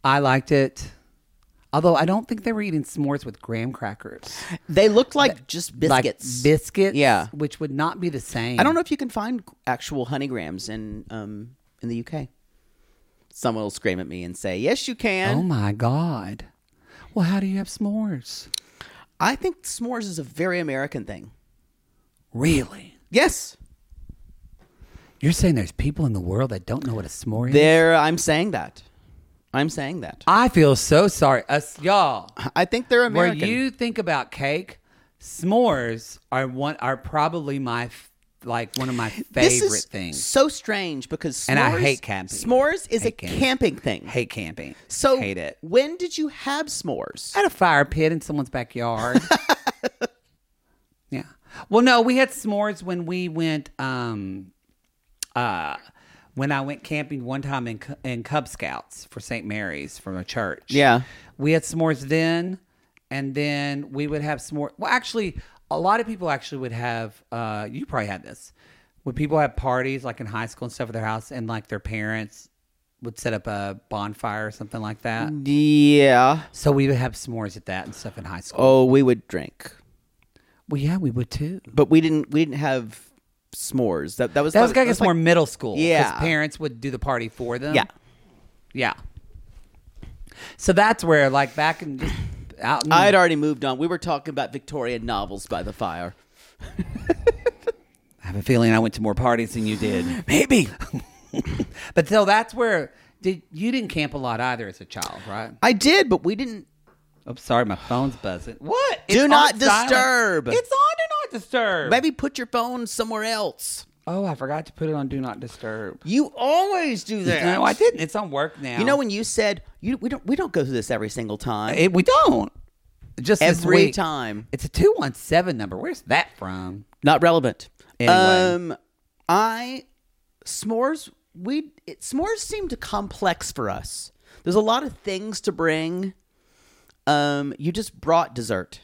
[SPEAKER 3] I liked it. Although I don't think they were eating s'mores with graham crackers.
[SPEAKER 2] They looked like just
[SPEAKER 3] Like
[SPEAKER 2] biscuits.
[SPEAKER 3] biscuits.
[SPEAKER 2] Yeah.
[SPEAKER 3] Which would not be the same.
[SPEAKER 2] I don't know if you can find actual honeygrams in um in the UK. Someone will scream at me and say, "Yes, you can."
[SPEAKER 3] Oh my God. Well, how do you have s'mores?
[SPEAKER 2] I think s'mores is a very American thing.
[SPEAKER 3] Really?
[SPEAKER 2] Yes,
[SPEAKER 3] You're saying there's people in the world that don't know what a s'more is?
[SPEAKER 2] there. I'm saying that. I'm saying that.
[SPEAKER 3] I feel so sorry. Us y'all.
[SPEAKER 2] I think they're American.
[SPEAKER 3] Where Ah, you think about cake, s'mores are one are probably my f- like one of my
[SPEAKER 2] this
[SPEAKER 3] favorite
[SPEAKER 2] is
[SPEAKER 3] things.
[SPEAKER 2] so strange because s'mores,
[SPEAKER 3] And I hate camping.
[SPEAKER 2] S'mores is a
[SPEAKER 3] Hate
[SPEAKER 2] camping,
[SPEAKER 3] camping.
[SPEAKER 2] thing.
[SPEAKER 3] Hate camping.
[SPEAKER 2] so
[SPEAKER 3] hate it.
[SPEAKER 2] When did you have s'mores?
[SPEAKER 3] I had a fire pit in someone's backyard. *laughs* yeah. Well, no, we had s'mores when we went um uh when I went camping one time in Cu- in Cub Scouts for St. Mary's from a church.
[SPEAKER 2] Yeah.
[SPEAKER 3] We had s'mores then, and then we would have s'more. Well, actually, a lot of people actually would have. Uh, you probably had this when people have parties, like in high school and stuff, at their house, and like their parents would set up a bonfire or something like that.
[SPEAKER 2] Yeah.
[SPEAKER 3] So we would have s'mores at that and stuff in high school.
[SPEAKER 2] Oh, we would drink, Oh,
[SPEAKER 3] Well, yeah, we would too.
[SPEAKER 2] but we didn't. We didn't have s'mores. That that was
[SPEAKER 3] That was,
[SPEAKER 2] like-
[SPEAKER 3] I
[SPEAKER 2] that was
[SPEAKER 3] guess,
[SPEAKER 2] like-
[SPEAKER 3] more middle school. 'cause
[SPEAKER 2] Yeah.
[SPEAKER 3] parents would do the party for them.
[SPEAKER 2] Yeah.
[SPEAKER 3] yeah. So that's where, like, back in just out. In
[SPEAKER 2] I had already moved on. We were talking about Victorian novels by the fire.
[SPEAKER 3] I have a feeling I went to more parties than you
[SPEAKER 2] *gasps*
[SPEAKER 3] did. Maybe. *laughs* but so that's where did you didn't camp a lot either as a child, right?
[SPEAKER 2] I did, but we didn't.
[SPEAKER 3] I'm sorry, my phone's buzzing. What?
[SPEAKER 2] Do
[SPEAKER 3] on
[SPEAKER 2] not
[SPEAKER 3] silent.
[SPEAKER 2] disturb.
[SPEAKER 3] It's on Do Not Disturb.
[SPEAKER 2] Maybe put your phone somewhere else.
[SPEAKER 3] Oh, I forgot to put it on Do Not Disturb.
[SPEAKER 2] You always do that.
[SPEAKER 3] No, I didn't. It's on work now.
[SPEAKER 2] You know when you said you we don't we don't go through this every single time.
[SPEAKER 3] It, we don't. Just this
[SPEAKER 2] every
[SPEAKER 3] week.
[SPEAKER 2] time.
[SPEAKER 3] It's a 217 number. Where's that from?
[SPEAKER 2] Not relevant.
[SPEAKER 3] Anyway.
[SPEAKER 2] Um I s'mores we it, s'mores seemed complex for us. There's a lot of things to bring. Um you just brought dessert.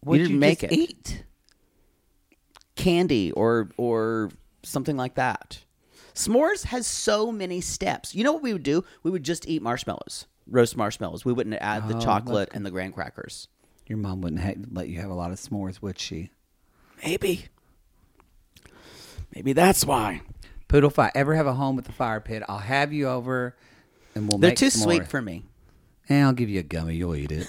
[SPEAKER 3] What'd
[SPEAKER 2] didn't make
[SPEAKER 3] just
[SPEAKER 2] it.
[SPEAKER 3] Eat?
[SPEAKER 2] candy or or something like that. S'mores has so many steps. You know what we would do? We would just eat marshmallows, roast marshmallows. We wouldn't add
[SPEAKER 3] Oh,
[SPEAKER 2] the chocolate and the graham crackers.
[SPEAKER 3] Your mom wouldn't ha- let you have a lot of s'mores, would she?
[SPEAKER 2] Maybe. Maybe that's why.
[SPEAKER 3] Poodle, if I ever have a home with a fire pit, I'll have you over, and we'll.
[SPEAKER 2] They're
[SPEAKER 3] make
[SPEAKER 2] too
[SPEAKER 3] s'mores.
[SPEAKER 2] sweet for me.
[SPEAKER 3] And I'll give you a gummy. You'll eat *laughs* it.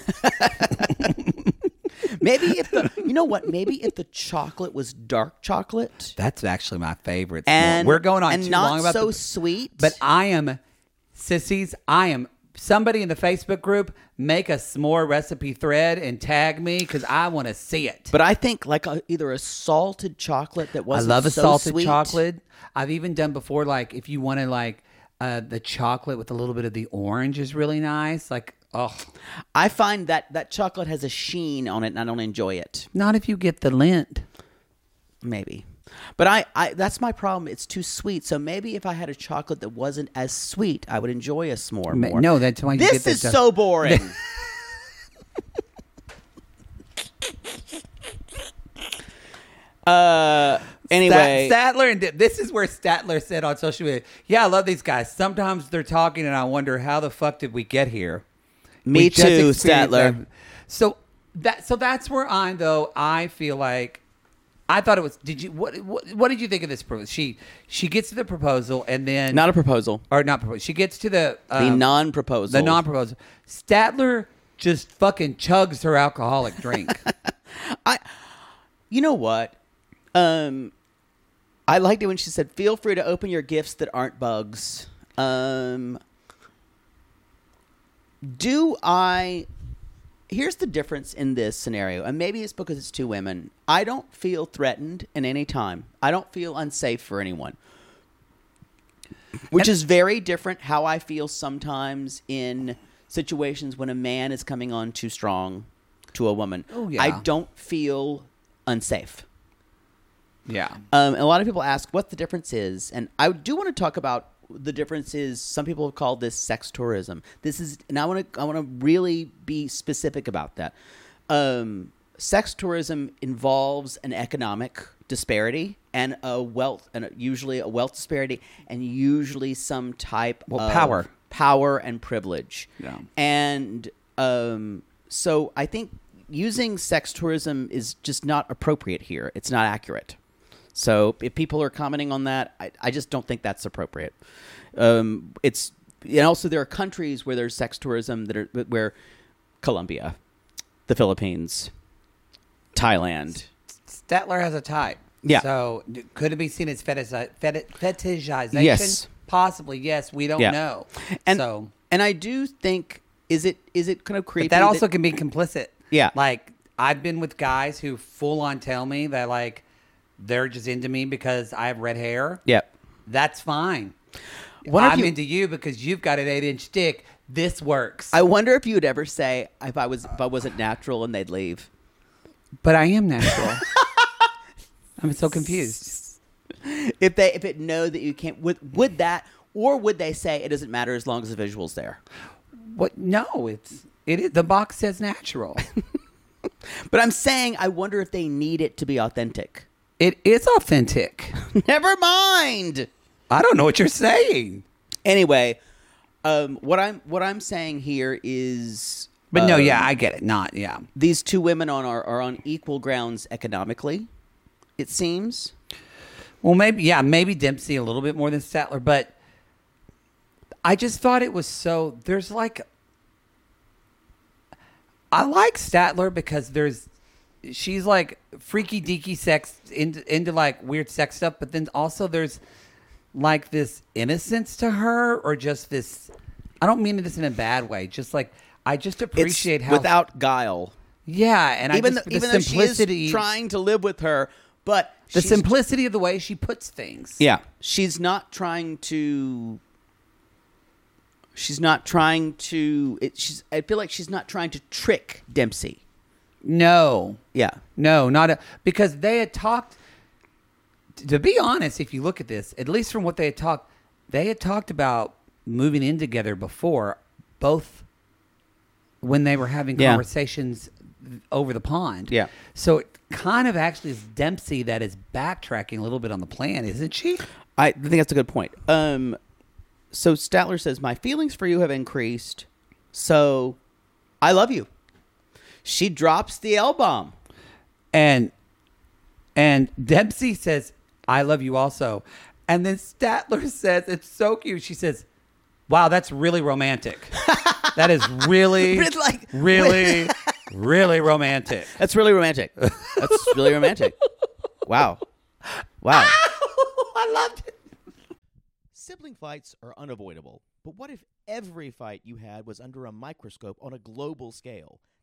[SPEAKER 2] Maybe if the *laughs* you know what? Maybe if the chocolate was dark chocolate
[SPEAKER 3] That's actually my favorite. s'more.
[SPEAKER 2] and
[SPEAKER 3] We're going on
[SPEAKER 2] and
[SPEAKER 3] too
[SPEAKER 2] not
[SPEAKER 3] long about
[SPEAKER 2] so
[SPEAKER 3] the-
[SPEAKER 2] sweet.
[SPEAKER 3] But I am, sissies, I am. Somebody in the Facebook group make a s'more recipe thread and tag me because I want to see it.
[SPEAKER 2] but I think like a, either a salted chocolate that
[SPEAKER 3] I
[SPEAKER 2] wasn't
[SPEAKER 3] love a
[SPEAKER 2] so
[SPEAKER 3] salted
[SPEAKER 2] sweet.
[SPEAKER 3] chocolate. I've even done before, like if you wanted like uh, the chocolate with a little bit of the orange is really nice. Like, oh,
[SPEAKER 2] I find that that chocolate has a sheen on it, and I don't enjoy it.
[SPEAKER 3] not if you get the lint.
[SPEAKER 2] Maybe, but I, I that's my problem. It's too sweet. So maybe if I had a chocolate that wasn't as sweet, I would enjoy a s'more
[SPEAKER 3] Ma-
[SPEAKER 2] more.
[SPEAKER 3] no, that's why you
[SPEAKER 2] this
[SPEAKER 3] get the
[SPEAKER 2] is
[SPEAKER 3] ju-
[SPEAKER 2] so
[SPEAKER 3] *laughs*
[SPEAKER 2] boring. uh, anyway,
[SPEAKER 3] Stat- Statler and this is where Statler said on social media, "Yeah, I love these guys. Sometimes they're talking, and I wonder how the fuck did we get here."
[SPEAKER 2] Me
[SPEAKER 3] We just
[SPEAKER 2] too,
[SPEAKER 3] experienced
[SPEAKER 2] Statler.
[SPEAKER 3] that. So that so that's where I'm though. I feel like I thought it was. Did you what what, what did you think of this proposal? She she gets to the proposal and then
[SPEAKER 2] not a proposal.
[SPEAKER 3] or not proposal. She gets to the
[SPEAKER 2] The
[SPEAKER 3] um,
[SPEAKER 2] non-proposal.
[SPEAKER 3] the non proposal. Statler just fucking chugs her alcoholic drink.
[SPEAKER 2] *laughs* you know what? Um, I liked it when she said, "Feel free to open your gifts that aren't bugs." Um, do I? Here's the difference in this scenario, and maybe it's because it's two women. I don't feel threatened in any time. I don't feel unsafe for anyone, which is very different how I feel sometimes in situations when a man is coming on too strong to a woman.
[SPEAKER 3] Oh, yeah.
[SPEAKER 2] I don't feel unsafe.
[SPEAKER 3] yeah.
[SPEAKER 2] Um, and a lot of people ask what the difference is, and I do want to talk about the difference is some people have called this sex tourism. This is, and I want to I want to really be specific about that. Um, sex tourism involves an economic disparity and a wealth, and usually a wealth disparity, and usually some type
[SPEAKER 3] Well,
[SPEAKER 2] of
[SPEAKER 3] power.
[SPEAKER 2] power and privilege.
[SPEAKER 3] Yeah.
[SPEAKER 2] And um, so I think using sex tourism is just not appropriate here. It's not accurate. So if people are commenting on that, I, I just don't think that's appropriate. Um, it's and also there are countries where there's sex tourism that are where Colombia, the Philippines, Thailand.
[SPEAKER 3] Statler has a type.
[SPEAKER 2] Yeah.
[SPEAKER 3] So d- could it be seen as fetishi- feti- fetishization?
[SPEAKER 2] Yes.
[SPEAKER 3] Possibly. Yes. We don't
[SPEAKER 2] Yeah.
[SPEAKER 3] know.
[SPEAKER 2] And
[SPEAKER 3] so
[SPEAKER 2] and I do think is it is it kind of creepy
[SPEAKER 3] but that also can be complicit.
[SPEAKER 2] Yeah.
[SPEAKER 3] Like I've been with guys who full on tell me that like they're just into me because I have red hair.
[SPEAKER 2] Yep.
[SPEAKER 3] That's fine.
[SPEAKER 2] What if
[SPEAKER 3] I'm
[SPEAKER 2] you-
[SPEAKER 3] into you because you've got an eight inch dick. This works.
[SPEAKER 2] I wonder if you would ever say if I was if I wasn't natural and they'd leave.
[SPEAKER 3] but I am natural. *laughs* I'm so confused.
[SPEAKER 2] If they if it know that you can't would would that or would they say it doesn't matter as long as the visuals there?
[SPEAKER 3] What? No, it's it is the box says natural.
[SPEAKER 2] But I'm saying I wonder if they need it to be authentic. *laughs*
[SPEAKER 3] it is authentic.
[SPEAKER 2] Never mind.
[SPEAKER 3] I don't know what you're saying.
[SPEAKER 2] Anyway, um, what I'm what I'm saying here is,
[SPEAKER 3] But no,
[SPEAKER 2] um,
[SPEAKER 3] yeah, I get it. Not, yeah.
[SPEAKER 2] these two women on are, are on equal grounds economically. It seems.
[SPEAKER 3] Well, maybe, yeah, maybe Dempsey a little bit more than Statler, but I just thought it was so. There's like, I like Statler because there's, she's like freaky deaky sex into, into like weird sex stuff, but then also there's like this innocence to her or just this I don't mean this in a bad way. Just like I just appreciate
[SPEAKER 5] it's
[SPEAKER 3] how
[SPEAKER 5] without guile.
[SPEAKER 3] yeah, and
[SPEAKER 5] Even
[SPEAKER 3] I just,
[SPEAKER 5] though,
[SPEAKER 3] the
[SPEAKER 5] even though she
[SPEAKER 3] simplicity,
[SPEAKER 5] is trying to live with her, but
[SPEAKER 3] the
[SPEAKER 5] she's-
[SPEAKER 3] simplicity of the way she puts things.
[SPEAKER 5] Yeah, she's not trying to. She's not trying to. It, she's. I feel like she's not trying to trick Dempsey.
[SPEAKER 3] No,
[SPEAKER 5] Yeah,
[SPEAKER 3] No, not a, because they had talked. t- To be honest, if you look at this, at least from what they had talked, they had talked about moving in together before, both when they were having
[SPEAKER 5] Yeah.
[SPEAKER 3] conversations over the pond.
[SPEAKER 5] Yeah.
[SPEAKER 3] So it kind of actually is Dempsey that is backtracking a little bit on the plan, isn't she?
[SPEAKER 5] I think that's a good point. Um, so Statler says my feelings for you have increased, so I love you. She drops the L bomb.
[SPEAKER 3] And and Dempsey says, "I love you also." And then Statler *laughs* says, "It's so cute." She says, "Wow, that's really romantic. *laughs* that is really,
[SPEAKER 5] But like-
[SPEAKER 3] really, really romantic."
[SPEAKER 5] That's really romantic. That's really romantic. Wow. Wow.
[SPEAKER 3] *laughs* I loved it.
[SPEAKER 2] Sibling fights are unavoidable, but what if every fight you had was under a microscope on a global scale?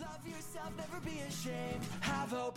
[SPEAKER 6] Love yourself, never be ashamed. Have hope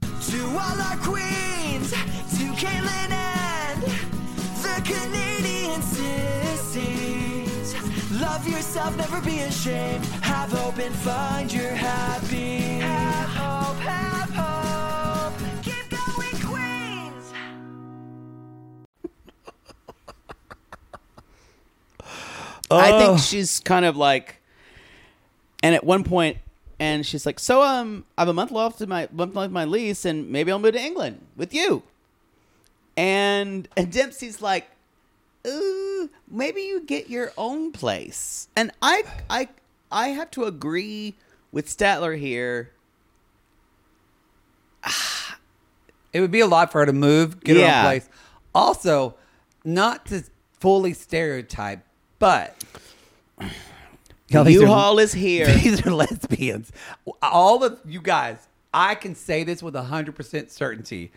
[SPEAKER 6] To all our queens, to Caitlin and the Canadian sissies. Love yourself, never be ashamed. Have hope and find your happy. Have hope, have hope. Keep going, Queens.
[SPEAKER 2] I think she's kind of like, and at one point, and she's like, "So um, I have a month left in my month left in my lease, and maybe I'll move to England with you." And and Dempsey's like, "Ooh, maybe you get your own place." And I I I have to agree with Statler here.
[SPEAKER 3] It would be a lot for her to move, get her
[SPEAKER 2] Yeah.
[SPEAKER 3] own place. Also, not to fully stereotype, but Y'all, these are-
[SPEAKER 2] U-Haul is here.
[SPEAKER 3] *laughs* These are lesbians. All of you guys, I can say this with hundred percent certainty.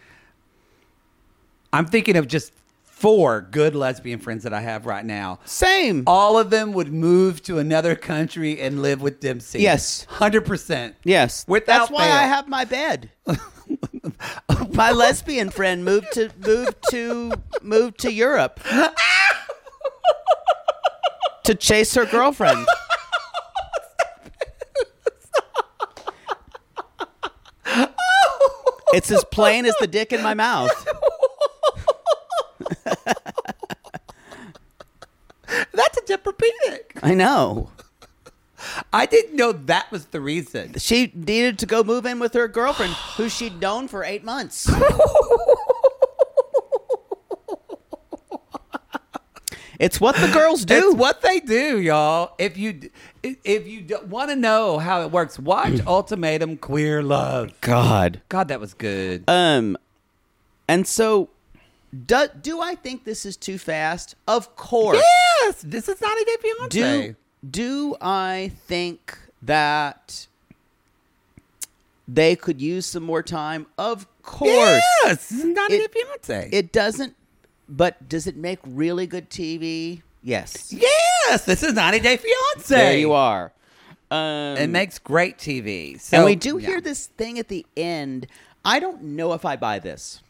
[SPEAKER 3] I'm thinking of just four good lesbian friends that I have right now.
[SPEAKER 2] Same.
[SPEAKER 3] All of them would move to another country and live with Dempsey.
[SPEAKER 2] Yes.
[SPEAKER 3] hundred percent.
[SPEAKER 2] Yes,
[SPEAKER 3] Without
[SPEAKER 2] that's why
[SPEAKER 3] fail.
[SPEAKER 2] I have my bed. *laughs* my lesbian friend moved to moved to moved to Europe to chase her girlfriend. It's as plain as the dick in my mouth.
[SPEAKER 3] That's a Tempur-Pedic.
[SPEAKER 2] I know.
[SPEAKER 3] I didn't know that was the *laughs* reason.
[SPEAKER 2] She needed to go move in with her girlfriend, who she'd known for eight months. it's what the girls do.
[SPEAKER 3] It's what they do, y'all. If you d- if you want to know how it works, watch *clears throat* Ultimatum Queer Love.
[SPEAKER 2] God.
[SPEAKER 3] God, that was good.
[SPEAKER 2] Um, and so, do, do I think this is too fast? Of course.
[SPEAKER 3] yes, this is not a day
[SPEAKER 2] Do
[SPEAKER 3] fiance.
[SPEAKER 2] do I think that They could use some more time, of course.
[SPEAKER 3] Yes, this is not
[SPEAKER 2] It-
[SPEAKER 3] a Beyonce.
[SPEAKER 2] It doesn't, but does it make really good TV? Yes.
[SPEAKER 3] yes, this is not a day fiance.
[SPEAKER 2] There you are. Um,
[SPEAKER 3] It makes great TV. So
[SPEAKER 2] and we do
[SPEAKER 3] yeah.
[SPEAKER 2] hear this thing at the end. I don't know if I buy this.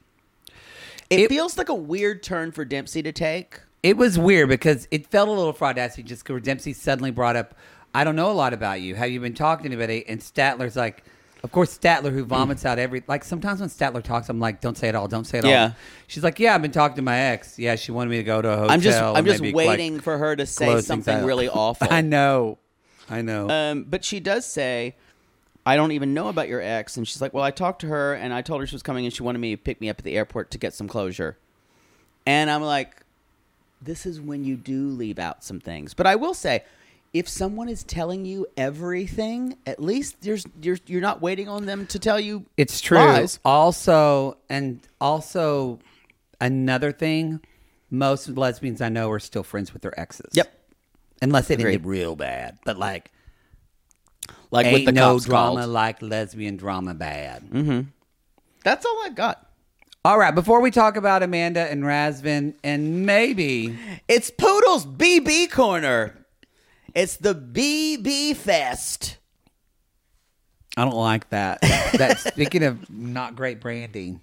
[SPEAKER 2] It,
[SPEAKER 3] It-
[SPEAKER 2] feels like a weird turn for Dempsey to take.
[SPEAKER 3] It was weird because it felt a little fraudassy just because Dempsey suddenly brought up, I don't know a lot about you. Have you been talking to anybody? And Statler's like, of course, Statler, who vomits out every. Like, sometimes when Statler talks, I'm like, don't say it all, don't say it
[SPEAKER 2] Yeah.
[SPEAKER 3] all. She's like, yeah, I've been talking to my ex. Yeah, she wanted me to go to a hotel.
[SPEAKER 2] I'm just I'm
[SPEAKER 3] and
[SPEAKER 2] just
[SPEAKER 3] maybe, like,
[SPEAKER 2] waiting for her to say
[SPEAKER 3] close things
[SPEAKER 2] something
[SPEAKER 3] out." *laughs*
[SPEAKER 2] really awful.
[SPEAKER 3] I know. I know.
[SPEAKER 2] Um, but she does say, I don't even know about your ex. And she's like, Well, I talked to her and I told her she was coming and she wanted me to pick me up at the airport to get some closure. And I'm like, This is when you do leave out some things. But I will say, if someone is telling you everything, at least there's you're you're not waiting on them to tell you
[SPEAKER 3] It's true.
[SPEAKER 2] lies.
[SPEAKER 3] Also, and also another thing, most lesbians I know are still friends with their exes.
[SPEAKER 2] Yep.
[SPEAKER 3] Unless it
[SPEAKER 2] Agreed.
[SPEAKER 3] ended real bad, but like
[SPEAKER 2] Like
[SPEAKER 3] ain't
[SPEAKER 2] with the
[SPEAKER 3] no
[SPEAKER 2] cops
[SPEAKER 3] drama
[SPEAKER 2] called. Mm-hmm.
[SPEAKER 3] like lesbian drama bad.
[SPEAKER 2] That's all I got.
[SPEAKER 3] All right, before we talk about Amanda and Razvin and maybe
[SPEAKER 2] It's Poodle's BB corner. It's the BB Fest.
[SPEAKER 3] I don't
[SPEAKER 2] *laughs*
[SPEAKER 3] like that. That speaking of not great branding,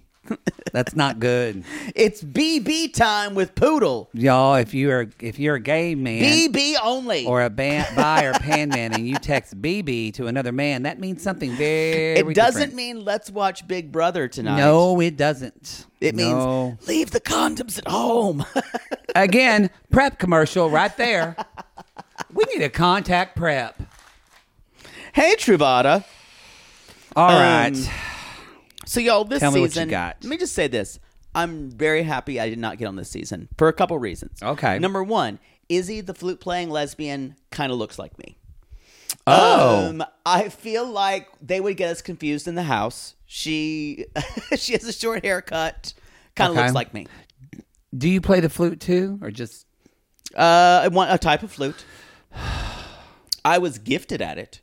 [SPEAKER 3] that's not good,
[SPEAKER 2] It's BB time with Poodle.
[SPEAKER 3] y'all. If you are if you're a gay man,
[SPEAKER 2] BB only.
[SPEAKER 3] or a ban- buy or pan man and you text BB to another man, that means something very
[SPEAKER 2] it doesn't
[SPEAKER 3] different.
[SPEAKER 2] mean let's watch Big Brother tonight.
[SPEAKER 3] No, it doesn't.
[SPEAKER 2] It means
[SPEAKER 3] No.
[SPEAKER 2] leave the condoms at home. *laughs*
[SPEAKER 3] Again, prep commercial right there. we need to contact prep.
[SPEAKER 2] hey, Truvada.
[SPEAKER 3] All
[SPEAKER 2] Um,
[SPEAKER 3] right.
[SPEAKER 2] So, y'all, this
[SPEAKER 3] Tell me
[SPEAKER 2] season.
[SPEAKER 3] what you got.
[SPEAKER 2] Let me just say this. I'm very happy I did not get on this season for a couple reasons.
[SPEAKER 3] Okay.
[SPEAKER 2] Number one, Izzy, the flute playing lesbian, kind of looks like me.
[SPEAKER 3] Oh.
[SPEAKER 2] Um, I feel like they would get us confused in the house. She *laughs* she has a short haircut, kind of
[SPEAKER 3] Okay.
[SPEAKER 2] looks like me.
[SPEAKER 3] Do you play the flute too or just
[SPEAKER 2] Uh, I want a type of flute. I was gifted at it.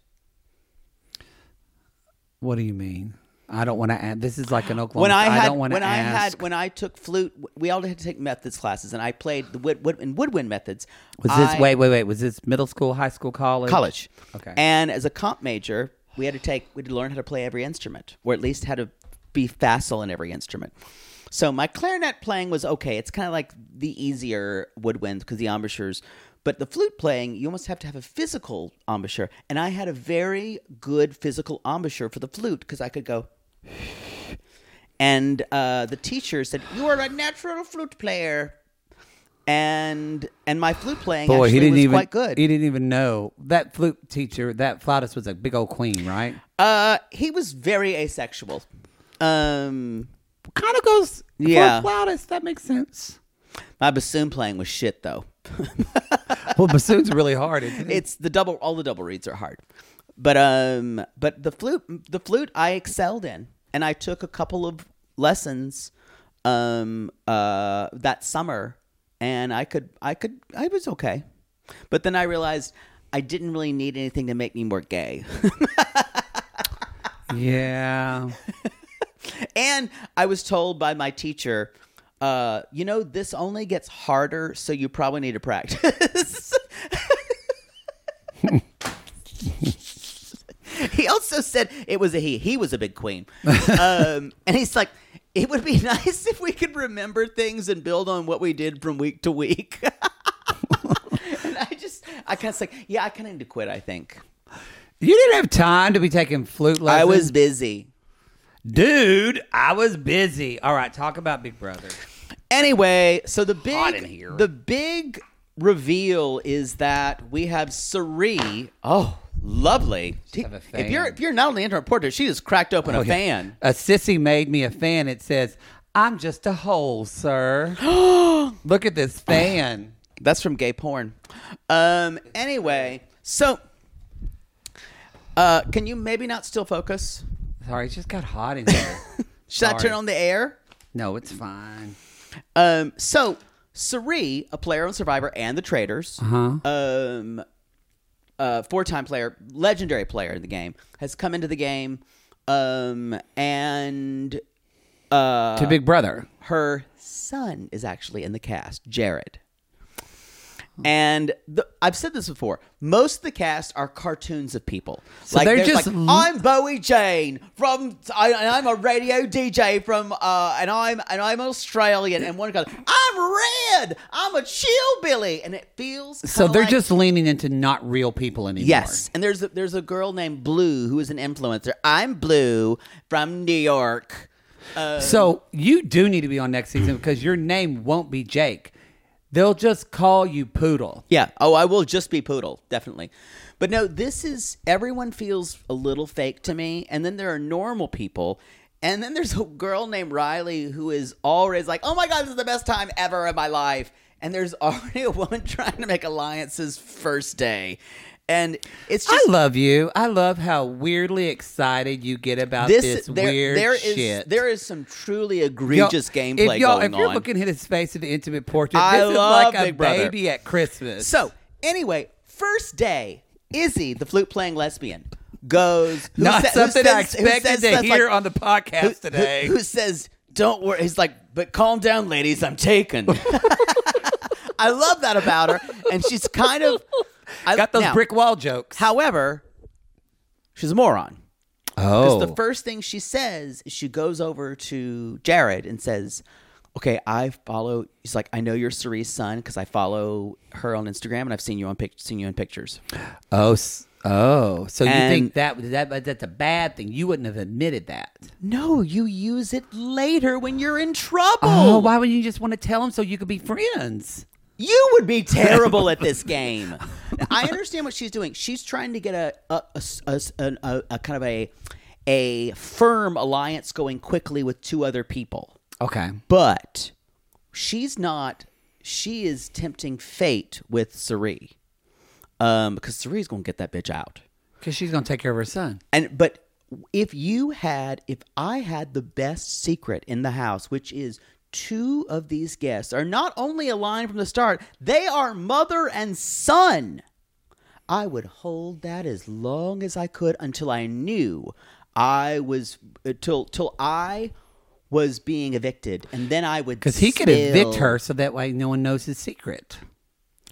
[SPEAKER 3] what do you mean? I don't want to add. This is like an Oklahoma.
[SPEAKER 2] When I had
[SPEAKER 3] don't want to
[SPEAKER 2] when I had
[SPEAKER 3] ask.
[SPEAKER 2] when I took flute, we all had to take methods classes, and I played the wood, wood and woodwind methods.
[SPEAKER 3] was this
[SPEAKER 2] I-
[SPEAKER 3] wait wait wait was this middle school, high school, college?
[SPEAKER 2] college?
[SPEAKER 3] Okay.
[SPEAKER 2] And as a comp major, we had to take we had to learn how to play every instrument, or at least how to be facile in every instrument. So my clarinet playing was okay. It's kind of like the easier woodwinds because the embouchures. But the flute playing, you almost have to have a physical embouchure. And I had a very good physical embouchure for the flute because I could go *sighs* and uh, the teacher said, "You are a natural flute player," and and my flute playing
[SPEAKER 3] Boy,
[SPEAKER 2] actually
[SPEAKER 3] he didn't
[SPEAKER 2] was
[SPEAKER 3] even
[SPEAKER 2] quite good.
[SPEAKER 3] He didn't even know that flute teacher, that flautist was a big old queen, right?
[SPEAKER 2] uh, he was very asexual. Um,
[SPEAKER 3] kind of goes
[SPEAKER 2] Yeah.
[SPEAKER 3] yeah. loudest. That makes sense.
[SPEAKER 2] my bassoon playing was shit though.
[SPEAKER 3] *laughs* Well, bassoon's really hard. Isn't it?
[SPEAKER 2] It's the double. All the double reads are hard, but um, but the flute, the flute, I excelled in, and I took a couple of lessons, um, uh, that summer, and I could, I could, I was okay, but then I realized I didn't really need anything to make me more gay, *laughs*
[SPEAKER 3] yeah.
[SPEAKER 2] and I was told by my teacher. Uh, you know, this only gets harder, so you probably need to practice. *laughs* He also said it was a he. He was a big queen. Um, and he's like, it would be *laughs* nice if we could remember things and build on what we did from week to week. *laughs* and I just, I kind of like, yeah, I kind of need to quit, I think.
[SPEAKER 3] You didn't have time to be taking flute lessons.
[SPEAKER 2] I was busy.
[SPEAKER 3] dude. I was busy. All right, talk about Big Brother.
[SPEAKER 2] Anyway, so the big
[SPEAKER 3] in here.
[SPEAKER 2] the big reveal is that we have Sari. Oh, lovely!
[SPEAKER 3] have a
[SPEAKER 2] If you're
[SPEAKER 3] fan. Oh,
[SPEAKER 2] if you're not only internet reporter, she just cracked open a
[SPEAKER 3] Okay.
[SPEAKER 2] fan.
[SPEAKER 3] A sissy made me a fan. It says, "I'm just a
[SPEAKER 2] *gasps*
[SPEAKER 3] hole, sir." Look at this fan.
[SPEAKER 2] That's from gay porn. Um. Anyway, so uh, can you maybe not still focus?
[SPEAKER 3] Sorry, it just got hot in here.
[SPEAKER 2] Should I
[SPEAKER 3] Sorry.
[SPEAKER 2] turn on the air?
[SPEAKER 3] no, it's fine.
[SPEAKER 2] Um. So Sari, a player on Survivor and The Traitors, um, uh, four-time player, legendary player in the game, has come into the game. Um, and uh,
[SPEAKER 3] to Big Brother.
[SPEAKER 2] her son is actually in the cast, Jared. And the, I've said this before. Most of the cast are cartoons of people. like
[SPEAKER 3] they're
[SPEAKER 2] they're
[SPEAKER 3] just
[SPEAKER 2] just
[SPEAKER 3] l-
[SPEAKER 2] I'm Bowie Jane from, I, and I'm a radio DJ from, uh, and I'm and I'm Australian. And one goes, I'm red. I'm a chillbilly, and it feels
[SPEAKER 3] So
[SPEAKER 2] kinda
[SPEAKER 3] they're
[SPEAKER 2] like-
[SPEAKER 3] just leaning into not real people anymore.
[SPEAKER 2] Yes, and there's a, there's a girl named Blue who is an influencer. I'm Blue from New York.
[SPEAKER 3] So you do need to be on next season because your name won't be Jake. They'll just call you Poodle.
[SPEAKER 2] Yeah. Oh, I will just be poodle, definitely. But no, this is everyone feels a little fake to me, and then there are normal people, and then there's a girl named Riley who is always like, "Oh my god, this is the best time ever in my life," and there's *laughs* already a woman trying to make alliances first day, and it's just
[SPEAKER 3] I love you. I love how weirdly excited you get about this,
[SPEAKER 2] this. there,
[SPEAKER 3] weird
[SPEAKER 2] there is
[SPEAKER 3] shit.
[SPEAKER 2] there is some truly
[SPEAKER 3] Y'all-
[SPEAKER 2] egregious gameplay
[SPEAKER 3] if y'all,
[SPEAKER 2] going
[SPEAKER 3] If you're
[SPEAKER 2] on.
[SPEAKER 3] looking at his face in the intimate portrait,
[SPEAKER 2] I
[SPEAKER 3] this is
[SPEAKER 2] love
[SPEAKER 3] like a
[SPEAKER 2] Big Brother.
[SPEAKER 3] baby at Christmas.
[SPEAKER 2] So anyway, first day, Izzy, the flute playing lesbian, goes. who
[SPEAKER 3] not
[SPEAKER 2] sa- who
[SPEAKER 3] something I
[SPEAKER 2] says- who says
[SPEAKER 3] expected to
[SPEAKER 2] stuff
[SPEAKER 3] hear
[SPEAKER 2] like-
[SPEAKER 3] on the podcast
[SPEAKER 2] who- who-
[SPEAKER 3] today.
[SPEAKER 2] Who, says, "Don't worry"? He's like, "But calm down, ladies. I'm taken." *laughs* I love that about her, and she's kind of I,
[SPEAKER 3] Got those
[SPEAKER 2] now,
[SPEAKER 3] brick wall jokes.
[SPEAKER 2] However, she's a moron.
[SPEAKER 3] oh,
[SPEAKER 2] Because the first thing she says is she goes over to Jared and says, Okay, I follow. She's like, I know you're Cerie's son because I follow her on Instagram and I've seen you on pic- seen you in pictures.
[SPEAKER 3] oh, s- oh. So you
[SPEAKER 2] And-
[SPEAKER 3] think that, that that's a bad thing? You wouldn't have admitted that.
[SPEAKER 2] No, you use it later when you're in trouble.
[SPEAKER 3] Oh, why would you just want to tell him so you could be friends?
[SPEAKER 2] You would be terrible at this game. Now, I understand what she's doing. She's trying to get a a, a s- a s- an- a- a kind of a a firm alliance going quickly with two other people.
[SPEAKER 3] Okay.
[SPEAKER 2] but she's not she is tempting fate with Sari. Um, because Sari's gonna get that bitch out.
[SPEAKER 3] Because she's going to take care of her son.
[SPEAKER 2] And but if you had if I had the best secret in the house, which is two of these guests are not only aligned from the start, they are mother and son. I would hold that as long as I could until I knew I was uh, till till I was being evicted, and then I would
[SPEAKER 3] Because he could
[SPEAKER 2] still-
[SPEAKER 3] evict her so that way no one knows his secret.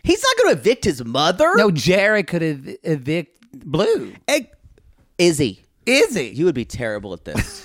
[SPEAKER 2] He's not going to evict his mother.
[SPEAKER 3] No, Jared could ev- evict Blue.
[SPEAKER 2] Eh, Izzy,
[SPEAKER 3] Izzy.
[SPEAKER 2] you would be terrible at this.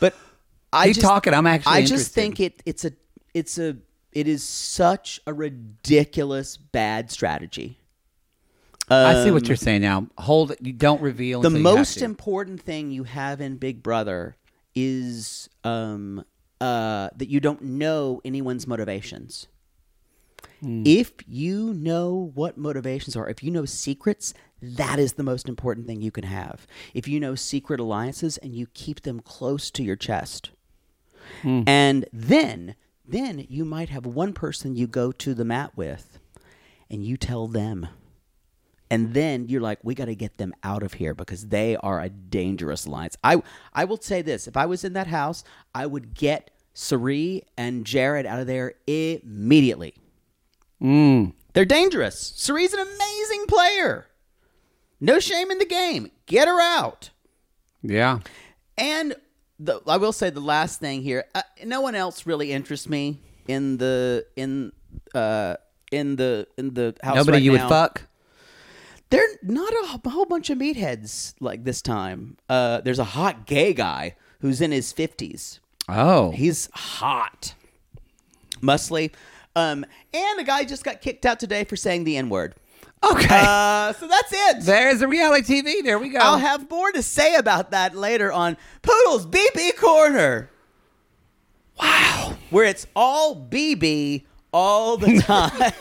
[SPEAKER 2] but I
[SPEAKER 3] Keep
[SPEAKER 2] just,
[SPEAKER 3] talking, I'm actually
[SPEAKER 2] I
[SPEAKER 3] interested.
[SPEAKER 2] just think it it's a it's a it is such a ridiculous bad strategy.
[SPEAKER 3] I see what you're saying now. Hold it. You don't reveal.
[SPEAKER 2] um, the
[SPEAKER 3] until you have
[SPEAKER 2] most
[SPEAKER 3] to.
[SPEAKER 2] important thing you have in Big Brother is um, uh, that you don't know anyone's motivations.
[SPEAKER 3] Hmm.
[SPEAKER 2] If you know what motivations are, if you know secrets, that is the most important thing you can have. If you know secret alliances and you keep them close to your chest,
[SPEAKER 3] Hmm.
[SPEAKER 2] and then then you might have one person you go to the mat with, and you tell them
[SPEAKER 7] and then you're like, we got to get them out of here because they are a dangerous alliance. I I will say this: if I was in that house, I would get Sari and Jared out of there immediately.
[SPEAKER 3] Mm.
[SPEAKER 7] They're dangerous. Sari's an amazing player. No shame in the game. Get her out.
[SPEAKER 3] Yeah.
[SPEAKER 7] And the, I will say the last thing here. Uh, no one else really interests me in the in uh in the in the house.
[SPEAKER 3] Nobody
[SPEAKER 7] right
[SPEAKER 3] you
[SPEAKER 7] now.
[SPEAKER 3] would fuck.
[SPEAKER 7] They're not a, h- whole bunch of meatheads like this time. Uh, there's a hot gay guy who's in his fifties.
[SPEAKER 3] Oh.
[SPEAKER 7] He's hot, muscly, um, and a guy just got kicked out today for saying the n word.
[SPEAKER 3] okay.
[SPEAKER 7] Uh, so that's it.
[SPEAKER 3] There's a reality TV. There we go.
[SPEAKER 7] I'll have more to say about that later on Poodle's BB Corner. Wow. Where it's all BB all the time.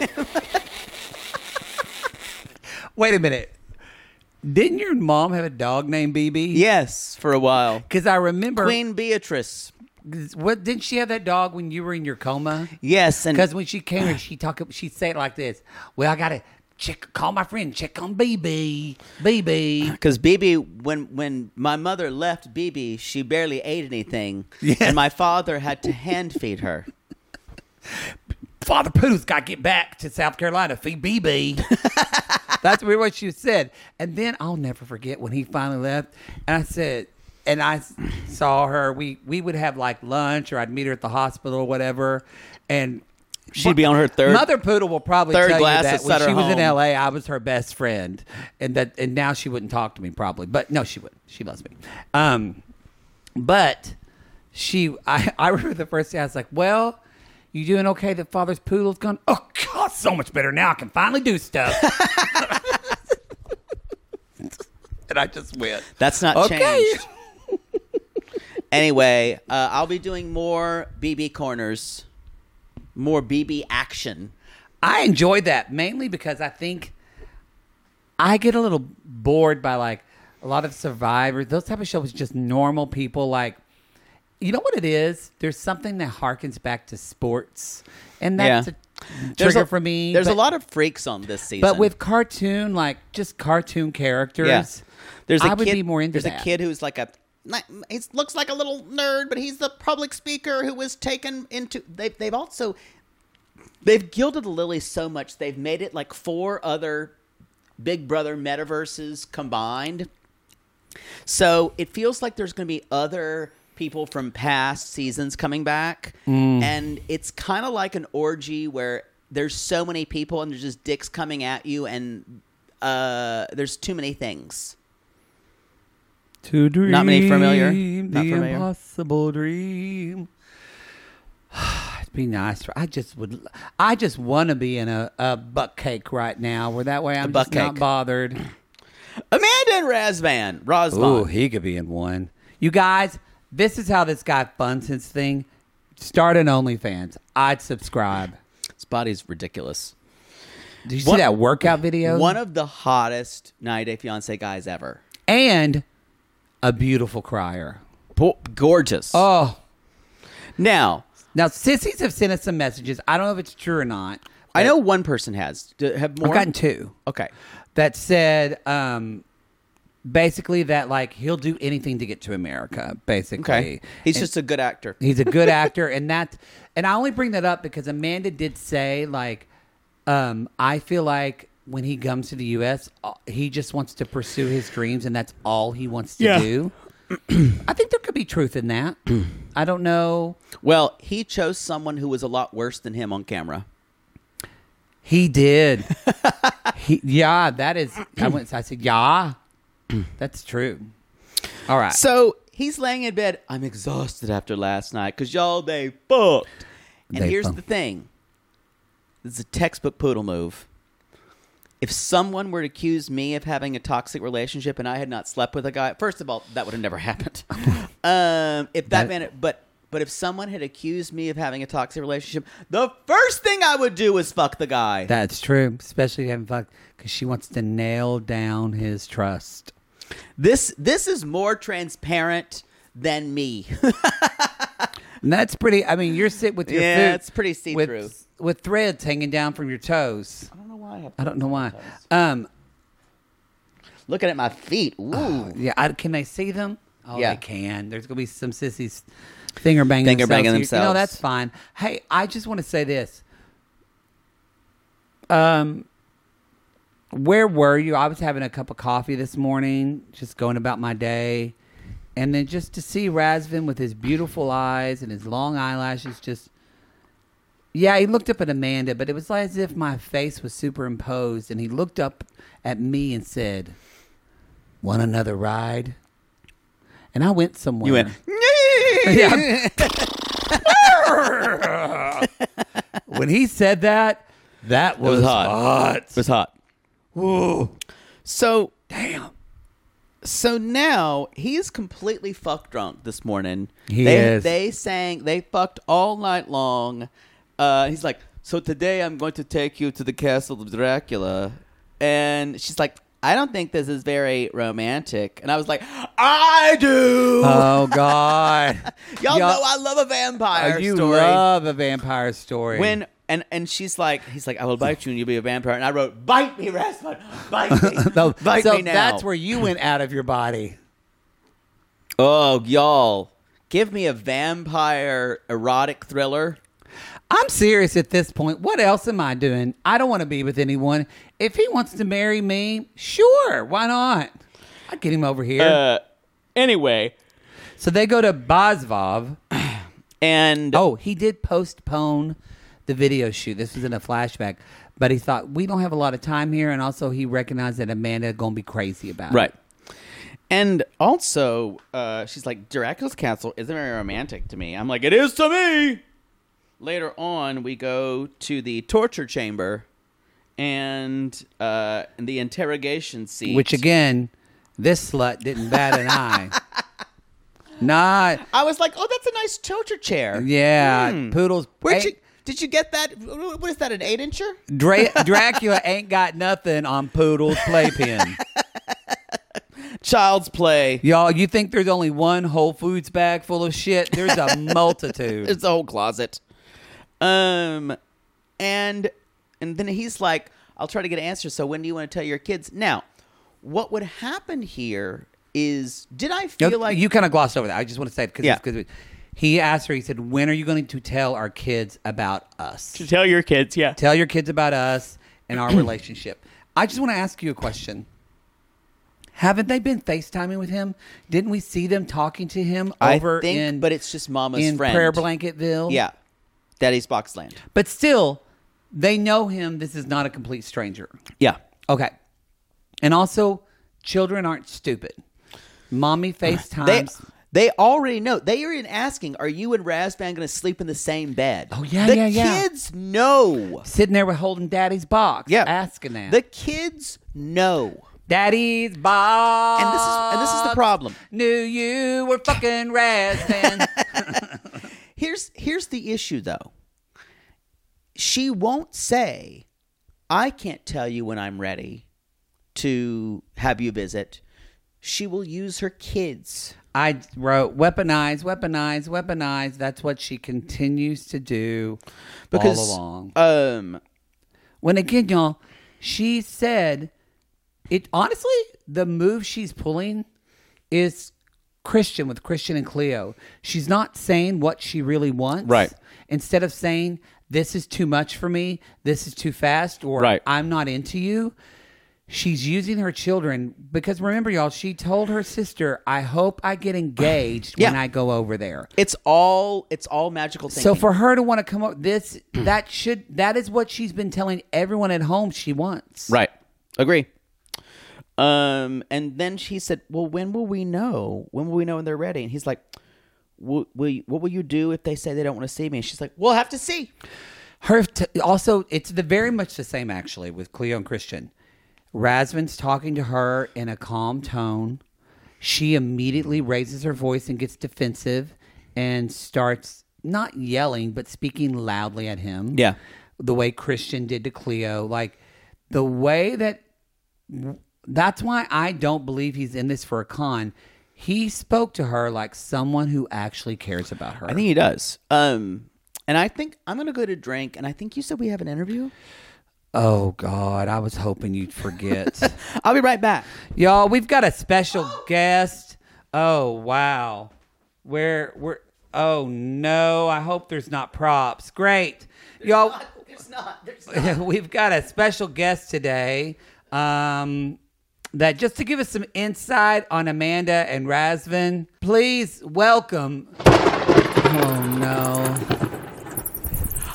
[SPEAKER 3] Wait a minute. Didn't your mom have a dog named BB?
[SPEAKER 7] yes, for a while.
[SPEAKER 3] Because I remember.
[SPEAKER 7] Queen Beatrice.
[SPEAKER 3] What didn't she have that dog when you were in your coma?
[SPEAKER 7] Yes, and
[SPEAKER 3] Because when she came here, she talk. She said it like this. Well, I gotta check. Call my friend. Check on BB. BB.
[SPEAKER 7] because BB, when when my mother left BB, she barely ate anything, and my father had to hand feed her.
[SPEAKER 3] Father Poodle's got to get back to South Carolina. Feed BB. That's really what she said. And then I'll never forget when he finally left. And I said, and I s- saw her. We we would have like lunch, or I'd meet her at the hospital or whatever. And
[SPEAKER 7] She'd be on her third-
[SPEAKER 3] Mother Poodle will probably
[SPEAKER 7] third
[SPEAKER 3] tell
[SPEAKER 7] glass
[SPEAKER 3] you that
[SPEAKER 7] of
[SPEAKER 3] when
[SPEAKER 7] Sutter
[SPEAKER 3] she was in
[SPEAKER 7] Home.
[SPEAKER 3] L.A., I was her best friend, and that and now she wouldn't talk to me probably, but no, she would. She loves me. Um, but she, *laughs* I, I remember the first day I was like, well. You doing okay? That father's poodle's gone. Oh God, so much better now. I can finally do
[SPEAKER 7] *laughs*
[SPEAKER 3] stuff. *laughs* and I just went.
[SPEAKER 7] That's not
[SPEAKER 3] Okay.
[SPEAKER 7] changed. Anyway, uh, I'll be doing more BB corners, more BB action.
[SPEAKER 3] I enjoy that mainly because I think I get a little bored by like a lot of survivors. Those type of shows just normal people like you know what it is? There's something that harkens back to sports. And that's
[SPEAKER 7] Yeah.
[SPEAKER 3] a
[SPEAKER 7] There's
[SPEAKER 3] trigger
[SPEAKER 7] a-
[SPEAKER 3] for me.
[SPEAKER 7] There's
[SPEAKER 3] but,
[SPEAKER 7] a lot of freaks on this season.
[SPEAKER 3] But with cartoon, like just cartoon characters.
[SPEAKER 7] yeah. there's a
[SPEAKER 3] I would
[SPEAKER 7] kid,
[SPEAKER 3] be more into
[SPEAKER 7] There's
[SPEAKER 3] that.
[SPEAKER 7] a kid who's like a he looks like a little nerd, but he's the public speaker who was taken into. They, they've also they've gilded the lily so much they've made it like four other Big Brother metaverses combined. So it feels like there's going to be other people from past seasons coming back.
[SPEAKER 3] Mm.
[SPEAKER 7] And it's kind of like an orgy where there's so many people and there's just dicks coming at you and uh, there's too many things.
[SPEAKER 3] To dream
[SPEAKER 7] Not many familiar. Not
[SPEAKER 3] the
[SPEAKER 7] familiar.
[SPEAKER 3] impossible dream. *sighs* It'd be nice. For, I just would. I just want to be in a, a buck cake right now, where that way I'm
[SPEAKER 7] buck
[SPEAKER 3] just not
[SPEAKER 7] cake.
[SPEAKER 3] bothered.
[SPEAKER 7] Amanda and Razvan.
[SPEAKER 3] Ooh,
[SPEAKER 7] Razvan.
[SPEAKER 3] he could be in one. You guys, this is how this guy funds his thing. Start an OnlyFans. I'd subscribe.
[SPEAKER 7] His body's ridiculous.
[SPEAKER 3] Did you
[SPEAKER 7] One-
[SPEAKER 3] see that workout video?
[SPEAKER 7] One of the hottest 90 Day Fiance guys ever.
[SPEAKER 3] and a beautiful crier.
[SPEAKER 7] Bo- gorgeous.
[SPEAKER 3] Oh,
[SPEAKER 7] now,
[SPEAKER 3] now sissies have sent us some messages. I don't know if it's true or not.
[SPEAKER 7] I know one person has. Do, have more?
[SPEAKER 3] I've gotten two.
[SPEAKER 7] Okay.
[SPEAKER 3] that said um basically that like he'll do anything to get to america basically
[SPEAKER 7] Okay. He's
[SPEAKER 3] And
[SPEAKER 7] just a good actor.
[SPEAKER 3] he's a
[SPEAKER 7] *laughs*
[SPEAKER 3] good actor and that and i only bring that up because amanda did say like um i feel like when he comes to the us uh, he just wants to pursue his dreams and that's all he wants to do *clears throat* i think there could be truth in that i don't know
[SPEAKER 7] Well, he chose someone who was a lot worse than him on camera.
[SPEAKER 3] He
[SPEAKER 7] *laughs*
[SPEAKER 3] did. he, yeah, that is. I went. I said, yeah, that's true. All right.
[SPEAKER 7] So he's laying in bed. I'm exhausted after last night because y'all, they fucked. And
[SPEAKER 3] They
[SPEAKER 7] here's
[SPEAKER 3] fucked.
[SPEAKER 7] the thing this is a textbook poodle move. If someone were to accuse me of having a toxic relationship and I had not slept with a guy, first of all, that would have never *laughs* happened. um, if that,
[SPEAKER 3] That-
[SPEAKER 7] man, but but if someone had accused me of having a toxic relationship, the first thing I would do is fuck the guy.
[SPEAKER 3] that's true, especially having fucked because she wants to nail down his trust.
[SPEAKER 7] this this is more transparent than me.
[SPEAKER 3] And that's pretty. I mean, you're sitting with your
[SPEAKER 7] Yeah,
[SPEAKER 3] food-
[SPEAKER 7] it's pretty see-through.
[SPEAKER 3] with, with threads hanging down from your toes.
[SPEAKER 7] I don't know why I have
[SPEAKER 3] I don't know why. Um,
[SPEAKER 7] Looking at my feet. Ooh.
[SPEAKER 3] Yeah, I, can they see them? Oh,
[SPEAKER 7] Yeah.
[SPEAKER 3] they can. There's gonna be some sissies finger banging
[SPEAKER 7] Finger banging
[SPEAKER 3] themselves. You- No,
[SPEAKER 7] themselves.
[SPEAKER 3] that's fine. Hey, I just want to say this. Um, where were you? I was having a cup of coffee this morning, just going about my day, and then just to see Razvin with his beautiful eyes and his long eyelashes, just. Yeah, he looked up at Amanda, but it was like as if my face was superimposed, and he looked up at me and said, "Want another ride?" And I went somewhere.
[SPEAKER 7] You *laughs*
[SPEAKER 3] *laughs*
[SPEAKER 7] went. *laughs*
[SPEAKER 3] Yeah. when he said that, that was,
[SPEAKER 7] was hot.
[SPEAKER 3] hot.
[SPEAKER 7] It was hot. *laughs*
[SPEAKER 3] Ooh,
[SPEAKER 7] So
[SPEAKER 3] damn.
[SPEAKER 7] so now he's completely fuck drunk this morning.
[SPEAKER 3] He
[SPEAKER 7] they,
[SPEAKER 3] is.
[SPEAKER 7] They sang. They fucked all night long. Uh, he's like, so today I'm going to take you to the castle of Dracula, and she's like. I don't think this is very romantic. And I was like, I do.
[SPEAKER 3] Oh God.
[SPEAKER 7] *laughs* y'all,
[SPEAKER 3] y'all-
[SPEAKER 7] know I love a vampire
[SPEAKER 3] you
[SPEAKER 7] story.
[SPEAKER 3] love a vampire story.
[SPEAKER 7] When and and she's like, he's like, I will bite you and you'll be a vampire. And I wrote, bite me, Rasmus, bite
[SPEAKER 3] *laughs*
[SPEAKER 7] me,
[SPEAKER 3] so,
[SPEAKER 7] *laughs* bite
[SPEAKER 3] so
[SPEAKER 7] me now.
[SPEAKER 3] that's where you went out of your body.
[SPEAKER 7] Oh, y'all, give me a vampire erotic thriller.
[SPEAKER 3] I'm serious at this point. What else am I doing? I don't want to be with anyone. If he wants to marry me, sure, why not? I get him over here.
[SPEAKER 7] Uh.
[SPEAKER 8] Anyway,
[SPEAKER 3] so they go to Bosvov.
[SPEAKER 7] And
[SPEAKER 3] Oh, he did postpone the video shoot. This was in a flashback, but he thought we don't have a lot of time here, and also he recognized that Amanda gonna be crazy about
[SPEAKER 7] right,
[SPEAKER 3] it.
[SPEAKER 7] and also, uh, she's like, Dracula's castle isn't very romantic to me. I'm like, it is to me. Later on, we go to the torture chamber and uh, the interrogation seat,
[SPEAKER 3] Which again, this slut didn't bat an
[SPEAKER 7] *laughs*
[SPEAKER 3] eye. Not
[SPEAKER 7] I was like, oh, that's a nice torture chair.
[SPEAKER 3] yeah, poodles.
[SPEAKER 7] Hmm. Where'd
[SPEAKER 3] ain't-
[SPEAKER 7] you, did you get that? What is that? An eight incher?
[SPEAKER 3] Dra- Dracula ain't got nothing on poodles playpen.
[SPEAKER 7] Child's play.
[SPEAKER 3] Y'all, you think there's only one Whole Foods bag full of shit? There's a multitude.
[SPEAKER 7] It's a whole closet. Um, and and then he's like, "I'll try to get an answer." So when do you want to tell your kids? Now, what would happen here is, did I
[SPEAKER 3] No,
[SPEAKER 7] feel like
[SPEAKER 3] you kind of glossed over that. I just want to say it because
[SPEAKER 7] Yeah.
[SPEAKER 3] he asked her. He said, "When are you going to tell our kids about us?
[SPEAKER 8] tell your kids, yeah.
[SPEAKER 3] Tell your kids about us and
[SPEAKER 7] *clears throat*
[SPEAKER 3] our relationship." I just want to ask you a question. Haven't they been FaceTiming with him? Didn't we see them talking to him
[SPEAKER 7] I
[SPEAKER 3] over
[SPEAKER 7] think,
[SPEAKER 3] in
[SPEAKER 7] but it's just Mama's
[SPEAKER 3] in
[SPEAKER 7] friend.
[SPEAKER 3] Prayer Blanketville?
[SPEAKER 7] yeah, Daddy's Boxland?
[SPEAKER 3] But still, they know him. This is not a complete stranger.
[SPEAKER 7] Yeah,
[SPEAKER 3] Okay. And also, children aren't stupid. Mommy FaceTimes.
[SPEAKER 7] they they already know. They are even asking, "Are you and Razvan going to sleep in the same bed?" Oh
[SPEAKER 3] yeah,
[SPEAKER 7] the
[SPEAKER 3] yeah, yeah.
[SPEAKER 7] Kids know.
[SPEAKER 3] sitting there with holding daddy's box.
[SPEAKER 7] Yeah,
[SPEAKER 3] Asking that.
[SPEAKER 7] The kids know.
[SPEAKER 3] daddy's box.
[SPEAKER 7] And this is and this is the problem.
[SPEAKER 3] Knew you were fucking
[SPEAKER 7] *laughs*
[SPEAKER 3] rasping.
[SPEAKER 7] Here's here's the issue though. She won't say, "I can't tell you when I'm ready to have you visit." She will use her kids.
[SPEAKER 3] I wrote weaponize, weaponize, weaponize. That's what she continues to do
[SPEAKER 7] Because
[SPEAKER 3] all along.
[SPEAKER 7] um
[SPEAKER 3] when again, y'all, she said it honestly, the move she's pulling is Christian with Christian and Cleo. She's not saying what she really wants.
[SPEAKER 8] Right.
[SPEAKER 3] Instead of saying, This is too much for me, this is too fast, or
[SPEAKER 8] Right.
[SPEAKER 3] I'm not into you. She's using her children because remember, y'all, she told her sister, I hope I get engaged when
[SPEAKER 7] Yeah.
[SPEAKER 3] I go over there.
[SPEAKER 7] it's all it's all magical thinking.
[SPEAKER 3] So for her to want to come up this that should that is what she's been telling everyone at home she wants.
[SPEAKER 7] Right. Agree. Um, and then she said, "Well, when will we know? When will we know when they're ready?" And he's like, "Will, will you, what will you do if they say they don't want to see me?" And she's like, "We'll have to see."
[SPEAKER 3] Her t- also, it's the very much the same actually with Cleo and Christian. Rasvin's talking to her in a calm tone. She immediately raises her voice and gets defensive and starts not yelling but speaking loudly at him.
[SPEAKER 7] Yeah.
[SPEAKER 3] the way Christian did to Cleo, like the way that. That's why I don't believe he's in this for a con. He spoke to her like someone who actually cares about her.
[SPEAKER 7] I think he does. Um, and I think I'm gonna go to drink. And I think you said we have an interview.
[SPEAKER 3] Oh God, I was hoping you'd
[SPEAKER 7] *laughs*
[SPEAKER 3] forget.
[SPEAKER 2] I'll be right back.
[SPEAKER 3] Y'all, we've got a special guest. Oh wow. Where we're oh no, I hope there's not props. Great. Y'all
[SPEAKER 2] It's not. There's
[SPEAKER 3] *laughs* we've got a special guest today. Um, that just to give us some insight on Amanda and Razvan, please welcome. Oh no!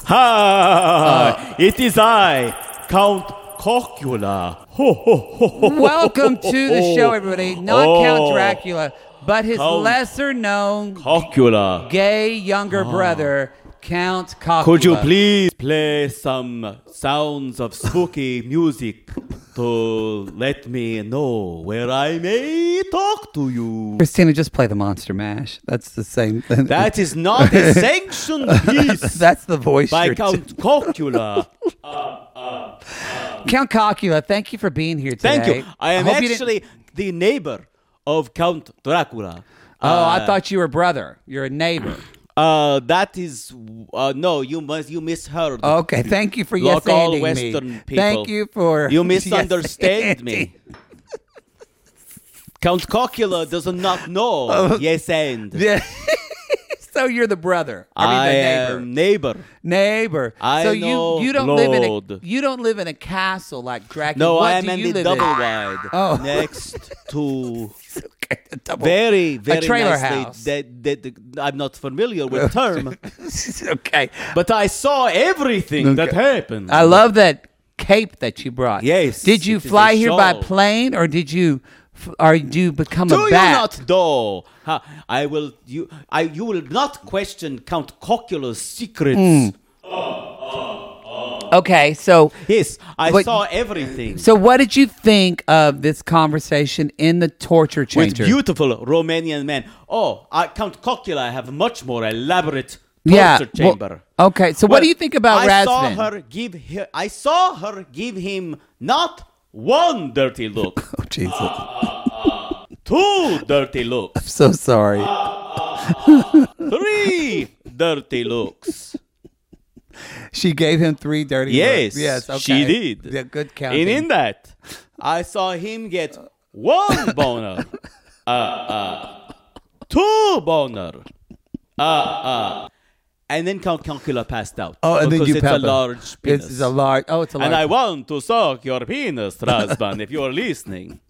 [SPEAKER 4] Ha! Uh, it is I, Count Cocula. Ho, ho, ho, ho, ho,
[SPEAKER 3] Welcome
[SPEAKER 4] ho,
[SPEAKER 3] to the
[SPEAKER 4] ho.
[SPEAKER 3] show, everybody. Not Count
[SPEAKER 4] Oh,
[SPEAKER 3] Dracula, but his
[SPEAKER 4] Count-
[SPEAKER 3] lesser-known
[SPEAKER 4] Cocula.
[SPEAKER 3] gay younger brother, Count Cocula.
[SPEAKER 4] Could you please Uh, play some sounds of spooky music to let me know where I may talk to you?
[SPEAKER 3] Christina, just play the Monster Mash. That's the same. Thing.
[SPEAKER 4] That is not a sanctioned piece
[SPEAKER 3] *laughs* That's the voice.
[SPEAKER 4] by
[SPEAKER 3] you're
[SPEAKER 4] Count Cocula.
[SPEAKER 3] Count Cocula, thank you for being here today.
[SPEAKER 4] Thank you. I am
[SPEAKER 3] hope you didn't-
[SPEAKER 4] actually the neighbor of Count Dracula.
[SPEAKER 3] Oh, I thought you were brother. You're a
[SPEAKER 4] *laughs*
[SPEAKER 3] neighbor.
[SPEAKER 4] Uh, that is uh, no. You must you misheard.
[SPEAKER 3] Okay, thank you Oh, for yes
[SPEAKER 4] Like all
[SPEAKER 3] anding me.
[SPEAKER 4] Western people.
[SPEAKER 3] Thank you for *laughs*
[SPEAKER 4] You misunderstand
[SPEAKER 3] yes-anding.
[SPEAKER 4] me. Count Cocula does
[SPEAKER 3] *laughs*
[SPEAKER 4] not know. yes, and
[SPEAKER 3] Oh. Yeah. *laughs* so you're the brother. I mean the neighbor.
[SPEAKER 4] am neighbor.
[SPEAKER 3] neighbor.
[SPEAKER 4] I
[SPEAKER 3] so
[SPEAKER 4] know
[SPEAKER 3] you you don't live in a
[SPEAKER 4] Lord.
[SPEAKER 3] you don't live in a castle like Dracula.
[SPEAKER 4] No,
[SPEAKER 3] What
[SPEAKER 4] I am
[SPEAKER 3] do
[SPEAKER 4] in
[SPEAKER 3] you live
[SPEAKER 4] the double
[SPEAKER 3] in?
[SPEAKER 4] wide.
[SPEAKER 3] Oh.
[SPEAKER 4] Next to
[SPEAKER 3] *laughs* okay, a double.
[SPEAKER 4] very very
[SPEAKER 3] trailer
[SPEAKER 4] nicely.
[SPEAKER 3] house.
[SPEAKER 4] That, that, I'm not familiar
[SPEAKER 3] *laughs*
[SPEAKER 4] with term,
[SPEAKER 3] okay.
[SPEAKER 4] but I saw everything that happened.
[SPEAKER 3] I love that cape that you brought.
[SPEAKER 4] Yes,
[SPEAKER 3] Did you
[SPEAKER 4] it is a
[SPEAKER 3] fly here by
[SPEAKER 4] shawl.
[SPEAKER 3] plane or did you f- or do you become
[SPEAKER 4] Do
[SPEAKER 3] a
[SPEAKER 4] you
[SPEAKER 3] bat?
[SPEAKER 4] not know? Ha, I will. You. I. You will not question Count Cocula's secrets.
[SPEAKER 3] Hmm. Okay, so
[SPEAKER 4] Yes, I
[SPEAKER 3] But-
[SPEAKER 4] saw everything.
[SPEAKER 3] so what did you think of this conversation in the torture
[SPEAKER 4] with
[SPEAKER 3] changer?
[SPEAKER 4] beautiful Romanian men. Oh, I, Count Cocula, I have much more elaborate torture
[SPEAKER 3] Yeah, well,
[SPEAKER 4] chamber.
[SPEAKER 3] okay, so what do you think about
[SPEAKER 4] I saw
[SPEAKER 3] Razvan?
[SPEAKER 4] her give. Her, I saw her give him not one dirty look,
[SPEAKER 3] *laughs* oh Jesus!
[SPEAKER 4] Ah. two dirty looks,
[SPEAKER 3] so sorry.
[SPEAKER 4] three dirty looks.
[SPEAKER 3] She gave him three dirty.
[SPEAKER 4] Yes,
[SPEAKER 3] looks. Yes. Okay.
[SPEAKER 4] she did.
[SPEAKER 3] Yeah, good
[SPEAKER 4] count.
[SPEAKER 3] counting.
[SPEAKER 4] And in that, I saw him get
[SPEAKER 3] *laughs*
[SPEAKER 4] one boner, uh, uh, two boner, uh, uh, and then Count Calcula passed out.
[SPEAKER 3] oh, and then
[SPEAKER 4] because
[SPEAKER 3] you
[SPEAKER 4] it's a
[SPEAKER 3] pepper.
[SPEAKER 4] large penis.
[SPEAKER 3] It's a large. Oh, it's a large.
[SPEAKER 4] And I want to suck your penis, Razvan, if you are listening.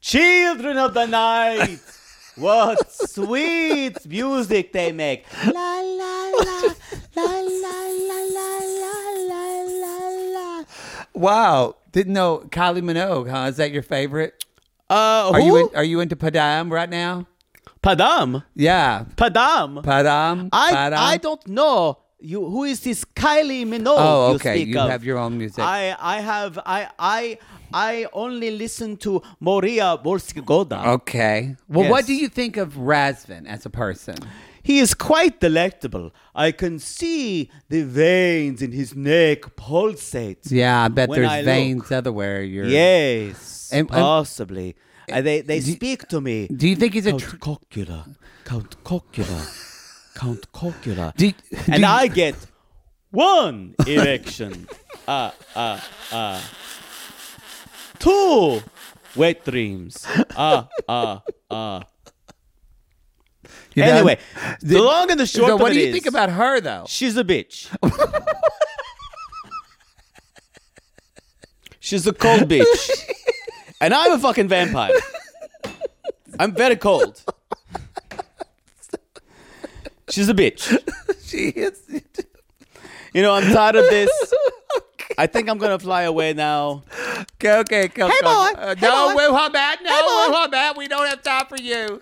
[SPEAKER 4] Children of the night,
[SPEAKER 3] *laughs*
[SPEAKER 4] what sweet music they make. La la la, la la la la la la la.
[SPEAKER 3] wow. Didn't know Kylie Minogue. Huh? Is that your favorite?
[SPEAKER 4] Uh,
[SPEAKER 3] Are
[SPEAKER 4] who?
[SPEAKER 3] you in, are you into Padam right now?
[SPEAKER 4] Padam?
[SPEAKER 3] Yeah.
[SPEAKER 4] Padam?
[SPEAKER 3] Padam.
[SPEAKER 4] I
[SPEAKER 3] Padam.
[SPEAKER 4] I don't know you. Who is this Kylie Minogue?
[SPEAKER 3] Oh,
[SPEAKER 4] you
[SPEAKER 3] okay.
[SPEAKER 4] speak
[SPEAKER 3] You
[SPEAKER 4] of?
[SPEAKER 3] have your own music.
[SPEAKER 4] I I have I I I only listen to Moria Borsigoda.
[SPEAKER 3] Oh. Okay. Well, what
[SPEAKER 4] Yes.
[SPEAKER 3] do you think of Razvan as a person?
[SPEAKER 4] He is quite delectable. I can see the veins in his neck pulsate.
[SPEAKER 3] Yeah, I bet
[SPEAKER 4] When
[SPEAKER 3] there's
[SPEAKER 4] I
[SPEAKER 3] veins
[SPEAKER 4] look.
[SPEAKER 3] otherwhere. You're,
[SPEAKER 4] Yes,
[SPEAKER 3] And- and-
[SPEAKER 4] possibly. Uh, they they
[SPEAKER 3] Do-
[SPEAKER 4] speak to me.
[SPEAKER 3] Do you think he's a?
[SPEAKER 4] Count
[SPEAKER 3] Tr-
[SPEAKER 4] Cocula, Count Cocula, Count Cocula.
[SPEAKER 3] do, do
[SPEAKER 4] and
[SPEAKER 3] you-
[SPEAKER 4] *laughs* I get one
[SPEAKER 3] *laughs*
[SPEAKER 4] erection. Ah, ah, ah. Two wet dreams. Ah, ah, ah.
[SPEAKER 3] you know?
[SPEAKER 4] Anyway, the long and the short
[SPEAKER 3] So
[SPEAKER 4] of
[SPEAKER 3] what
[SPEAKER 4] it
[SPEAKER 3] do you
[SPEAKER 4] is,
[SPEAKER 3] think about her though?
[SPEAKER 4] She's a bitch. She's a cold bitch. and I'm a fucking vampire. I'm very cold. She's a bitch.
[SPEAKER 3] She is.
[SPEAKER 4] You know, I'm tired of this. I think I'm gonna fly away now.
[SPEAKER 3] Okay, okay, go,
[SPEAKER 7] Hey,
[SPEAKER 3] go.
[SPEAKER 7] boy.
[SPEAKER 3] Uh,
[SPEAKER 7] Hey,
[SPEAKER 3] no,
[SPEAKER 7] boy.
[SPEAKER 3] we'll hop back. No,
[SPEAKER 7] Hey, boy.
[SPEAKER 3] we'll hop back. We don't have time for you.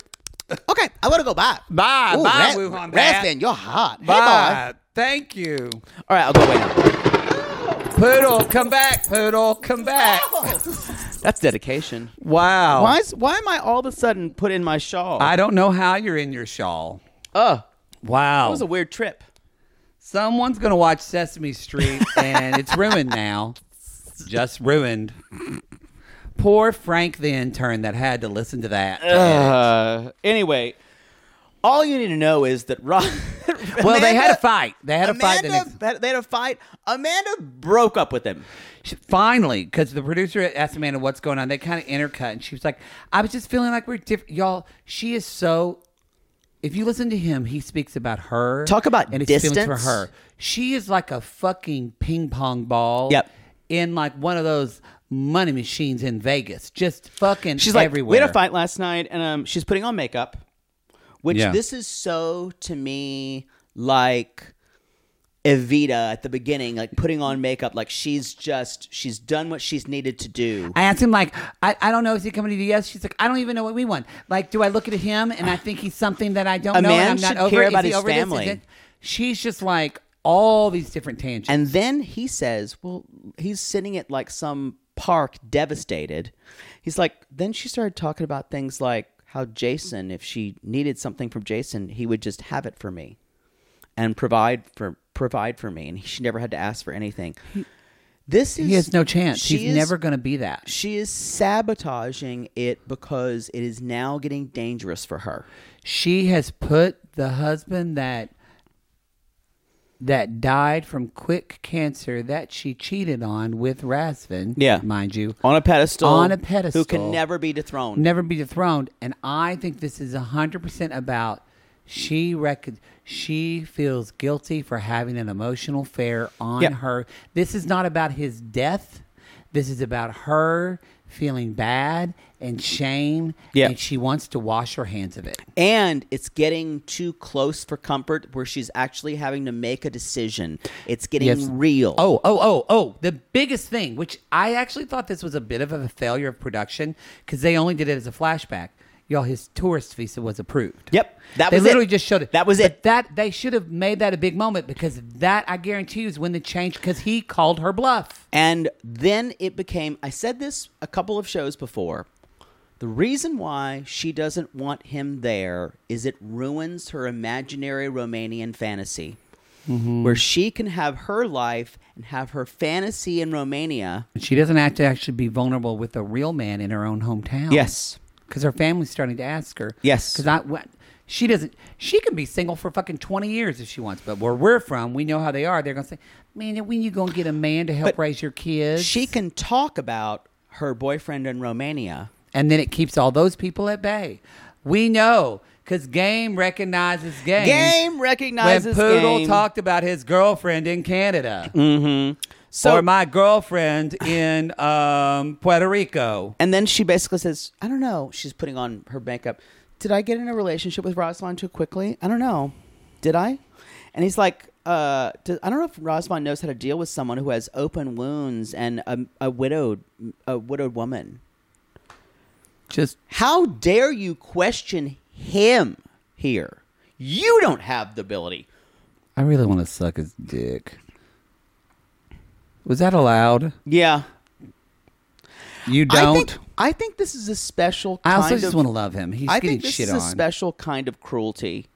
[SPEAKER 7] Okay, I want to go back.
[SPEAKER 3] Bye,
[SPEAKER 7] Ooh,
[SPEAKER 3] bye,
[SPEAKER 7] Ra-
[SPEAKER 3] Wu Hong Bat.
[SPEAKER 7] Razvan, you're hot. Hey, boy.
[SPEAKER 3] Bye. Thank you.
[SPEAKER 2] All right, I'll go away now.
[SPEAKER 3] Poodle, come back. Poodle, come back.
[SPEAKER 2] That's dedication.
[SPEAKER 3] Wow.
[SPEAKER 2] Oh. Why is, why am I all of a sudden put in my shawl?
[SPEAKER 3] I don't know how you're in your shawl.
[SPEAKER 2] oh,
[SPEAKER 3] Wow.
[SPEAKER 2] that was a weird trip.
[SPEAKER 3] Someone's going to watch Sesame Street and it's ruined now. Just ruined. Poor Frank the intern that had to listen to that.
[SPEAKER 2] Uh, anyway, all you need to know is that Ra-
[SPEAKER 3] Well, they had a
[SPEAKER 2] Amanda-
[SPEAKER 3] fight. They had a fight. the
[SPEAKER 2] Amanda,
[SPEAKER 3] next-
[SPEAKER 2] that- they had a fight. Amanda broke up with him.
[SPEAKER 3] She- finally, because the producer asked Amanda what's going on, they kind of intercut, and she was like, "I was just feeling like we're different, y'all." She is so. If you listen to him, he speaks about her.
[SPEAKER 2] Talk about
[SPEAKER 3] and his feelings for
[SPEAKER 2] distance.
[SPEAKER 3] her. She is like a fucking ping pong ball.
[SPEAKER 2] Yep.
[SPEAKER 3] In like one of those money machines in Vegas, just fucking.
[SPEAKER 2] She's like,
[SPEAKER 3] everywhere.
[SPEAKER 2] we had a fight last night, and um, she's putting on makeup, which
[SPEAKER 3] Yeah.
[SPEAKER 2] this is so to me like Evita at the beginning, like putting on makeup, like she's just she's done what she's needed to do.
[SPEAKER 3] I asked him like, I, I don't know is he coming to the US? She's like, I don't even know what we want. Like, do I look at him and I think he's something that I don't
[SPEAKER 2] A
[SPEAKER 3] know
[SPEAKER 2] man
[SPEAKER 3] and I'm
[SPEAKER 2] should
[SPEAKER 3] not over
[SPEAKER 2] care
[SPEAKER 3] it? Is
[SPEAKER 2] about
[SPEAKER 3] he
[SPEAKER 2] his
[SPEAKER 3] over this? Is
[SPEAKER 2] family.
[SPEAKER 3] it- She's just like all these different tangents.
[SPEAKER 2] And then he says, well, he's sitting at like some park devastated. He's like, then she started talking about things like how Jason, if she needed something from Jason, he would just have it for me and provide for provide for me and she never had to ask for anything. This is
[SPEAKER 3] he has no chance.
[SPEAKER 2] she
[SPEAKER 3] He's
[SPEAKER 2] is-
[SPEAKER 3] never gonna be that.
[SPEAKER 2] she is sabotaging it because it is now getting dangerous for her.
[SPEAKER 3] She has put the husband that that died from quick cancer that she cheated on with Rasvin,
[SPEAKER 2] Yeah.
[SPEAKER 3] mind you.
[SPEAKER 2] On a pedestal.
[SPEAKER 3] On a pedestal.
[SPEAKER 2] Who can never be dethroned.
[SPEAKER 3] never be dethroned. And I think this is hundred percent about she rec- she feels guilty for having an emotional affair on
[SPEAKER 2] Yeah.
[SPEAKER 3] her. This is not about his death. This is about her feeling bad and shame.
[SPEAKER 2] Yeah.
[SPEAKER 3] And she wants to wash her hands of it.
[SPEAKER 2] and it's getting too close for comfort where she's actually having to make a decision it's getting
[SPEAKER 3] Yes.
[SPEAKER 2] real
[SPEAKER 3] Oh, oh, oh, oh. The biggest thing, which I actually thought this was a bit of a failure of production because they only did it as a flashback. Y'all, his tourist visa was approved.
[SPEAKER 2] Yep, that
[SPEAKER 3] they
[SPEAKER 2] was it.
[SPEAKER 3] literally just showed it.
[SPEAKER 2] That was
[SPEAKER 3] But
[SPEAKER 2] it.
[SPEAKER 3] That they should have made that a big moment because that I guarantee you is when the change because he called her bluff.
[SPEAKER 2] and then it became i said this a couple of shows before the reason why she doesn't want him there is it ruins her imaginary romanian fantasy where she can have her life and have her fantasy in romania
[SPEAKER 3] She doesn't have to actually be vulnerable with a real man in her own hometown.
[SPEAKER 2] Yes.
[SPEAKER 3] because her family's starting to ask her.
[SPEAKER 2] Yes.
[SPEAKER 3] because I what. She doesn't. She can be single for fucking twenty years if she wants, but where we're from, we know how they are. They're gonna say, "Man, when you gonna get a man to help
[SPEAKER 2] But
[SPEAKER 3] raise your kids?"
[SPEAKER 2] she can talk about her boyfriend in romania
[SPEAKER 3] and then it keeps all those people at bay. We know because game recognizes game.
[SPEAKER 2] Game recognizes
[SPEAKER 3] when Poodle
[SPEAKER 2] game.
[SPEAKER 3] talked about his girlfriend in Canada,
[SPEAKER 2] Mm-hmm. so
[SPEAKER 3] or my girlfriend in um, Puerto Rico.
[SPEAKER 2] And then she basically says, I don't know. She's putting on her makeup. Did I get in a relationship with Rosman too quickly? I don't know. Did I? And he's like, uh, do- I don't know if Rosman knows how to deal with someone who has open wounds and a, a widowed, a widowed woman.
[SPEAKER 3] Just
[SPEAKER 2] How dare you question him here? You don't have the ability.
[SPEAKER 3] I really want to suck his dick. Was that allowed?
[SPEAKER 2] Yeah,
[SPEAKER 3] You
[SPEAKER 2] I
[SPEAKER 3] don't.
[SPEAKER 2] think I think this is a special.
[SPEAKER 3] I
[SPEAKER 2] Kind
[SPEAKER 3] also just
[SPEAKER 2] of-
[SPEAKER 3] want to love him. He's
[SPEAKER 2] I
[SPEAKER 3] getting
[SPEAKER 2] think this
[SPEAKER 3] shit
[SPEAKER 2] is
[SPEAKER 3] on.
[SPEAKER 2] a special kind of cruelty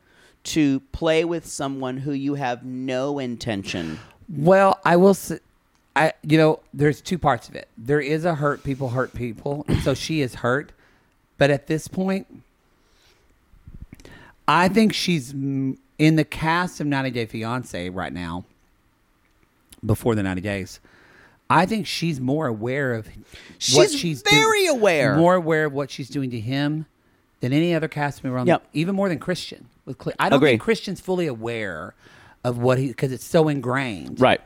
[SPEAKER 2] to play with someone who you have no intention.
[SPEAKER 3] Well, I will say, I you know, there's two parts of it. There is a hurt people hurt people, and so she is hurt. But at this point, I think she's mm, in the cast of 90 Day Fiance right now. Before the 90 days, I think she's more aware of what
[SPEAKER 2] She's
[SPEAKER 3] she's
[SPEAKER 2] very
[SPEAKER 3] doing-
[SPEAKER 2] aware.
[SPEAKER 3] more aware of what she's doing to him than any other cast member on
[SPEAKER 2] Yep.
[SPEAKER 3] the, even more than Christian with Cle- I don't
[SPEAKER 2] Agree.
[SPEAKER 3] think Christian's fully aware of what he because it's so ingrained.
[SPEAKER 2] Right.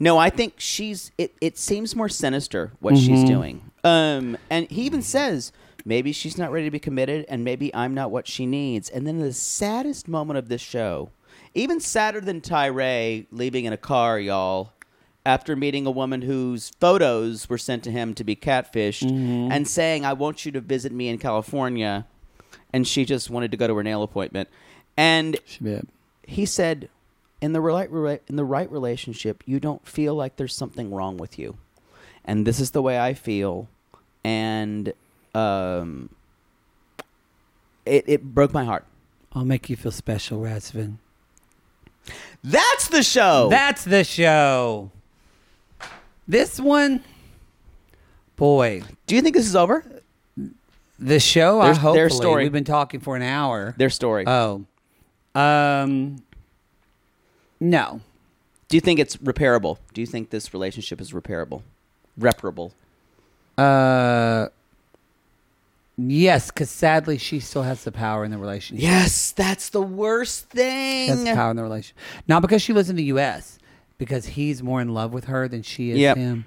[SPEAKER 2] No, I think she's it, it seems more sinister what she's doing. Um and he even says maybe she's not ready to be committed and maybe I'm not what she needs. And then the saddest moment of this show, even sadder than Tyree leaving in a car, y'all, after meeting a woman whose photos were sent to him to be catfished and saying I want you to visit me in California and she just wanted to go to her nail appointment. And he said in the right rela- in the right relationship you don't feel like there's something wrong with you and this is the way i feel and um it, it broke my heart
[SPEAKER 3] I'll make you feel special, Razvin.
[SPEAKER 2] that's the show
[SPEAKER 3] That's the show. This one, boy,
[SPEAKER 2] do you think this is over
[SPEAKER 3] the show.
[SPEAKER 2] Their-
[SPEAKER 3] I
[SPEAKER 2] their
[SPEAKER 3] hopefully
[SPEAKER 2] story.
[SPEAKER 3] we've been talking for an hour.
[SPEAKER 2] their story
[SPEAKER 3] oh, Um, no.
[SPEAKER 2] Do you think it's repairable? Do you think this relationship is repairable? Reparable?
[SPEAKER 3] Uh, yes, because sadly, she still has the power in the relationship.
[SPEAKER 2] Yes, that's the worst
[SPEAKER 3] That's
[SPEAKER 2] thing.
[SPEAKER 3] the power in the relationship. Not because she lives in the U.S., because he's more in love with her than she is
[SPEAKER 2] Yep.
[SPEAKER 3] him.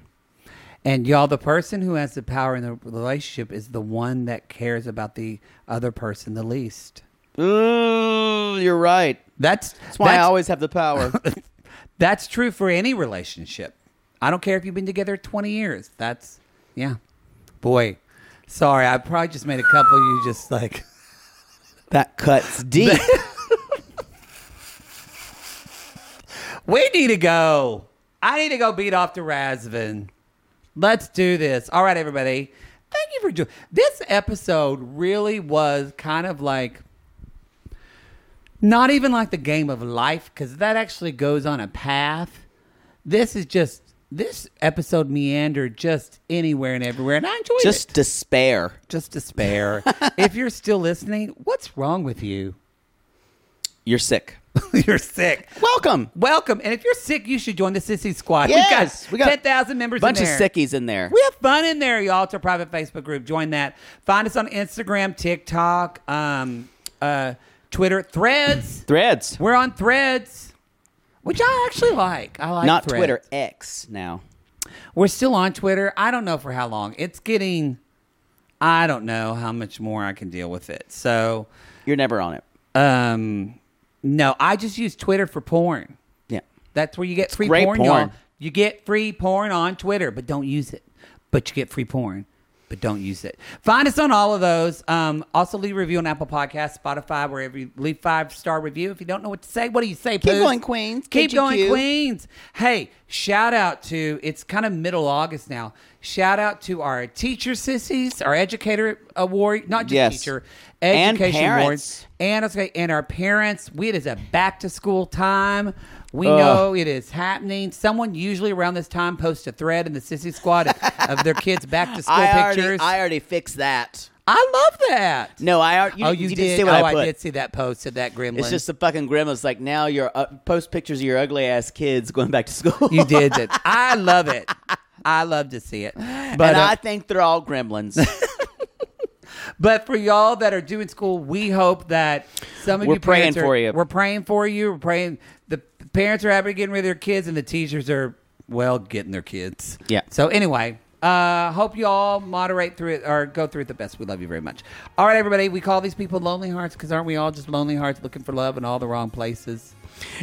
[SPEAKER 3] And y'all, the person who has the power in the relationship is the one that cares about the other person the least.
[SPEAKER 2] Ooh, Mm, you're right.
[SPEAKER 3] That's
[SPEAKER 2] That's why I always have the *laughs* power.
[SPEAKER 3] that's true for any relationship. I don't care if you've been together twenty years. That's yeah, boy. Sorry, I probably just made a couple. of You just like
[SPEAKER 2] that *laughs* cuts deep.
[SPEAKER 3] we need to go. I need to go beat off to Razvan. Let's do this. All right, everybody. Thank you for joining. This episode really was kind of like not even like the game of life because that actually goes on a path. This is just this episode meandered just anywhere and everywhere, and I enjoyed it
[SPEAKER 2] Just despair.
[SPEAKER 3] just despair. *laughs* if you're still listening, what's wrong with you? *laughs*
[SPEAKER 2] You're sick.
[SPEAKER 3] you're sick.
[SPEAKER 2] Welcome.
[SPEAKER 3] Welcome. And if you're sick, you should join the Sissy Squad.
[SPEAKER 2] Yes,
[SPEAKER 3] we
[SPEAKER 2] we
[SPEAKER 3] got,
[SPEAKER 2] got
[SPEAKER 3] 10,000 members
[SPEAKER 2] Bunch
[SPEAKER 3] in
[SPEAKER 2] of
[SPEAKER 3] there.
[SPEAKER 2] sickies in there.
[SPEAKER 3] We have fun in there, y'all. It's our private Facebook group. Join that. Find us on Instagram, TikTok, um, uh, Twitter, Threads.
[SPEAKER 2] Threads.
[SPEAKER 3] We're on Threads, which I actually like. I like
[SPEAKER 2] Not
[SPEAKER 3] Threads.
[SPEAKER 2] Twitter, X now.
[SPEAKER 3] We're still on Twitter. I don't know for how long. It's getting, I don't know how much more I can deal with it. So,
[SPEAKER 2] You're never on it.
[SPEAKER 3] Um, no, I just use Twitter for porn.
[SPEAKER 2] Yeah.
[SPEAKER 3] That's where you get free
[SPEAKER 2] great
[SPEAKER 3] porn,
[SPEAKER 2] porn.
[SPEAKER 3] y'all. You get free porn on Twitter, but don't use it. But you get free porn, but don't use it. Find us on all of those. Um, also leave a review on Apple Podcasts, Spotify, wherever you leave five star review. If you don't know what to say, what do you say? Keep
[SPEAKER 2] going, Queens.
[SPEAKER 3] Keep going,
[SPEAKER 2] KGQ.
[SPEAKER 3] Queens. Hey, shout out to it's kind of middle August now. Shout out to our teacher sissies, our educator award, not just
[SPEAKER 2] Yes.
[SPEAKER 3] teacher,
[SPEAKER 2] And
[SPEAKER 3] education
[SPEAKER 2] parents.
[SPEAKER 3] awards and okay, and our parents. We it is a back to school time. We know it is happening. Someone usually around this time posts a thread in the sissy squad of, of their kids back
[SPEAKER 2] *laughs*
[SPEAKER 3] to school
[SPEAKER 2] I already,
[SPEAKER 3] pictures.
[SPEAKER 2] I already fixed that.
[SPEAKER 3] I love that.
[SPEAKER 2] No, I already. You,
[SPEAKER 3] oh,
[SPEAKER 2] didn't-
[SPEAKER 3] you,
[SPEAKER 2] you
[SPEAKER 3] did.
[SPEAKER 2] didn't see what
[SPEAKER 3] oh,
[SPEAKER 2] I put.
[SPEAKER 3] did see that post of that gremlin.
[SPEAKER 2] It's just the fucking grimace. Like now, you're uh, post pictures of your ugly ass kids going back to *laughs* school.
[SPEAKER 3] you did that. I love it. I love to see it. But
[SPEAKER 2] and
[SPEAKER 3] uh,
[SPEAKER 2] I think they're all gremlins.
[SPEAKER 3] But for y'all that are doing school, we hope that some of
[SPEAKER 2] We're
[SPEAKER 3] you parents
[SPEAKER 2] praying
[SPEAKER 3] are-
[SPEAKER 2] for you.
[SPEAKER 3] We're praying for you. We're praying the parents are happy getting rid of their kids, and the teachers are well getting their kids.
[SPEAKER 2] Yeah.
[SPEAKER 3] So anyway, uh, hope you all moderate through it or go through it the best. We love you very much. All right, everybody. We call these people lonely hearts because aren't we all just lonely hearts looking for love in all the wrong places?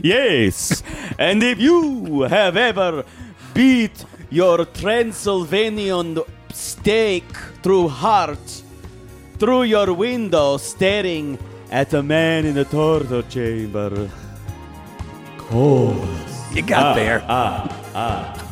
[SPEAKER 4] Yes. *laughs* and if you have ever beat your Transylvanian stake through heart, through your window, staring at a man in a torture chamber.
[SPEAKER 3] You got there.
[SPEAKER 4] Ah, ah.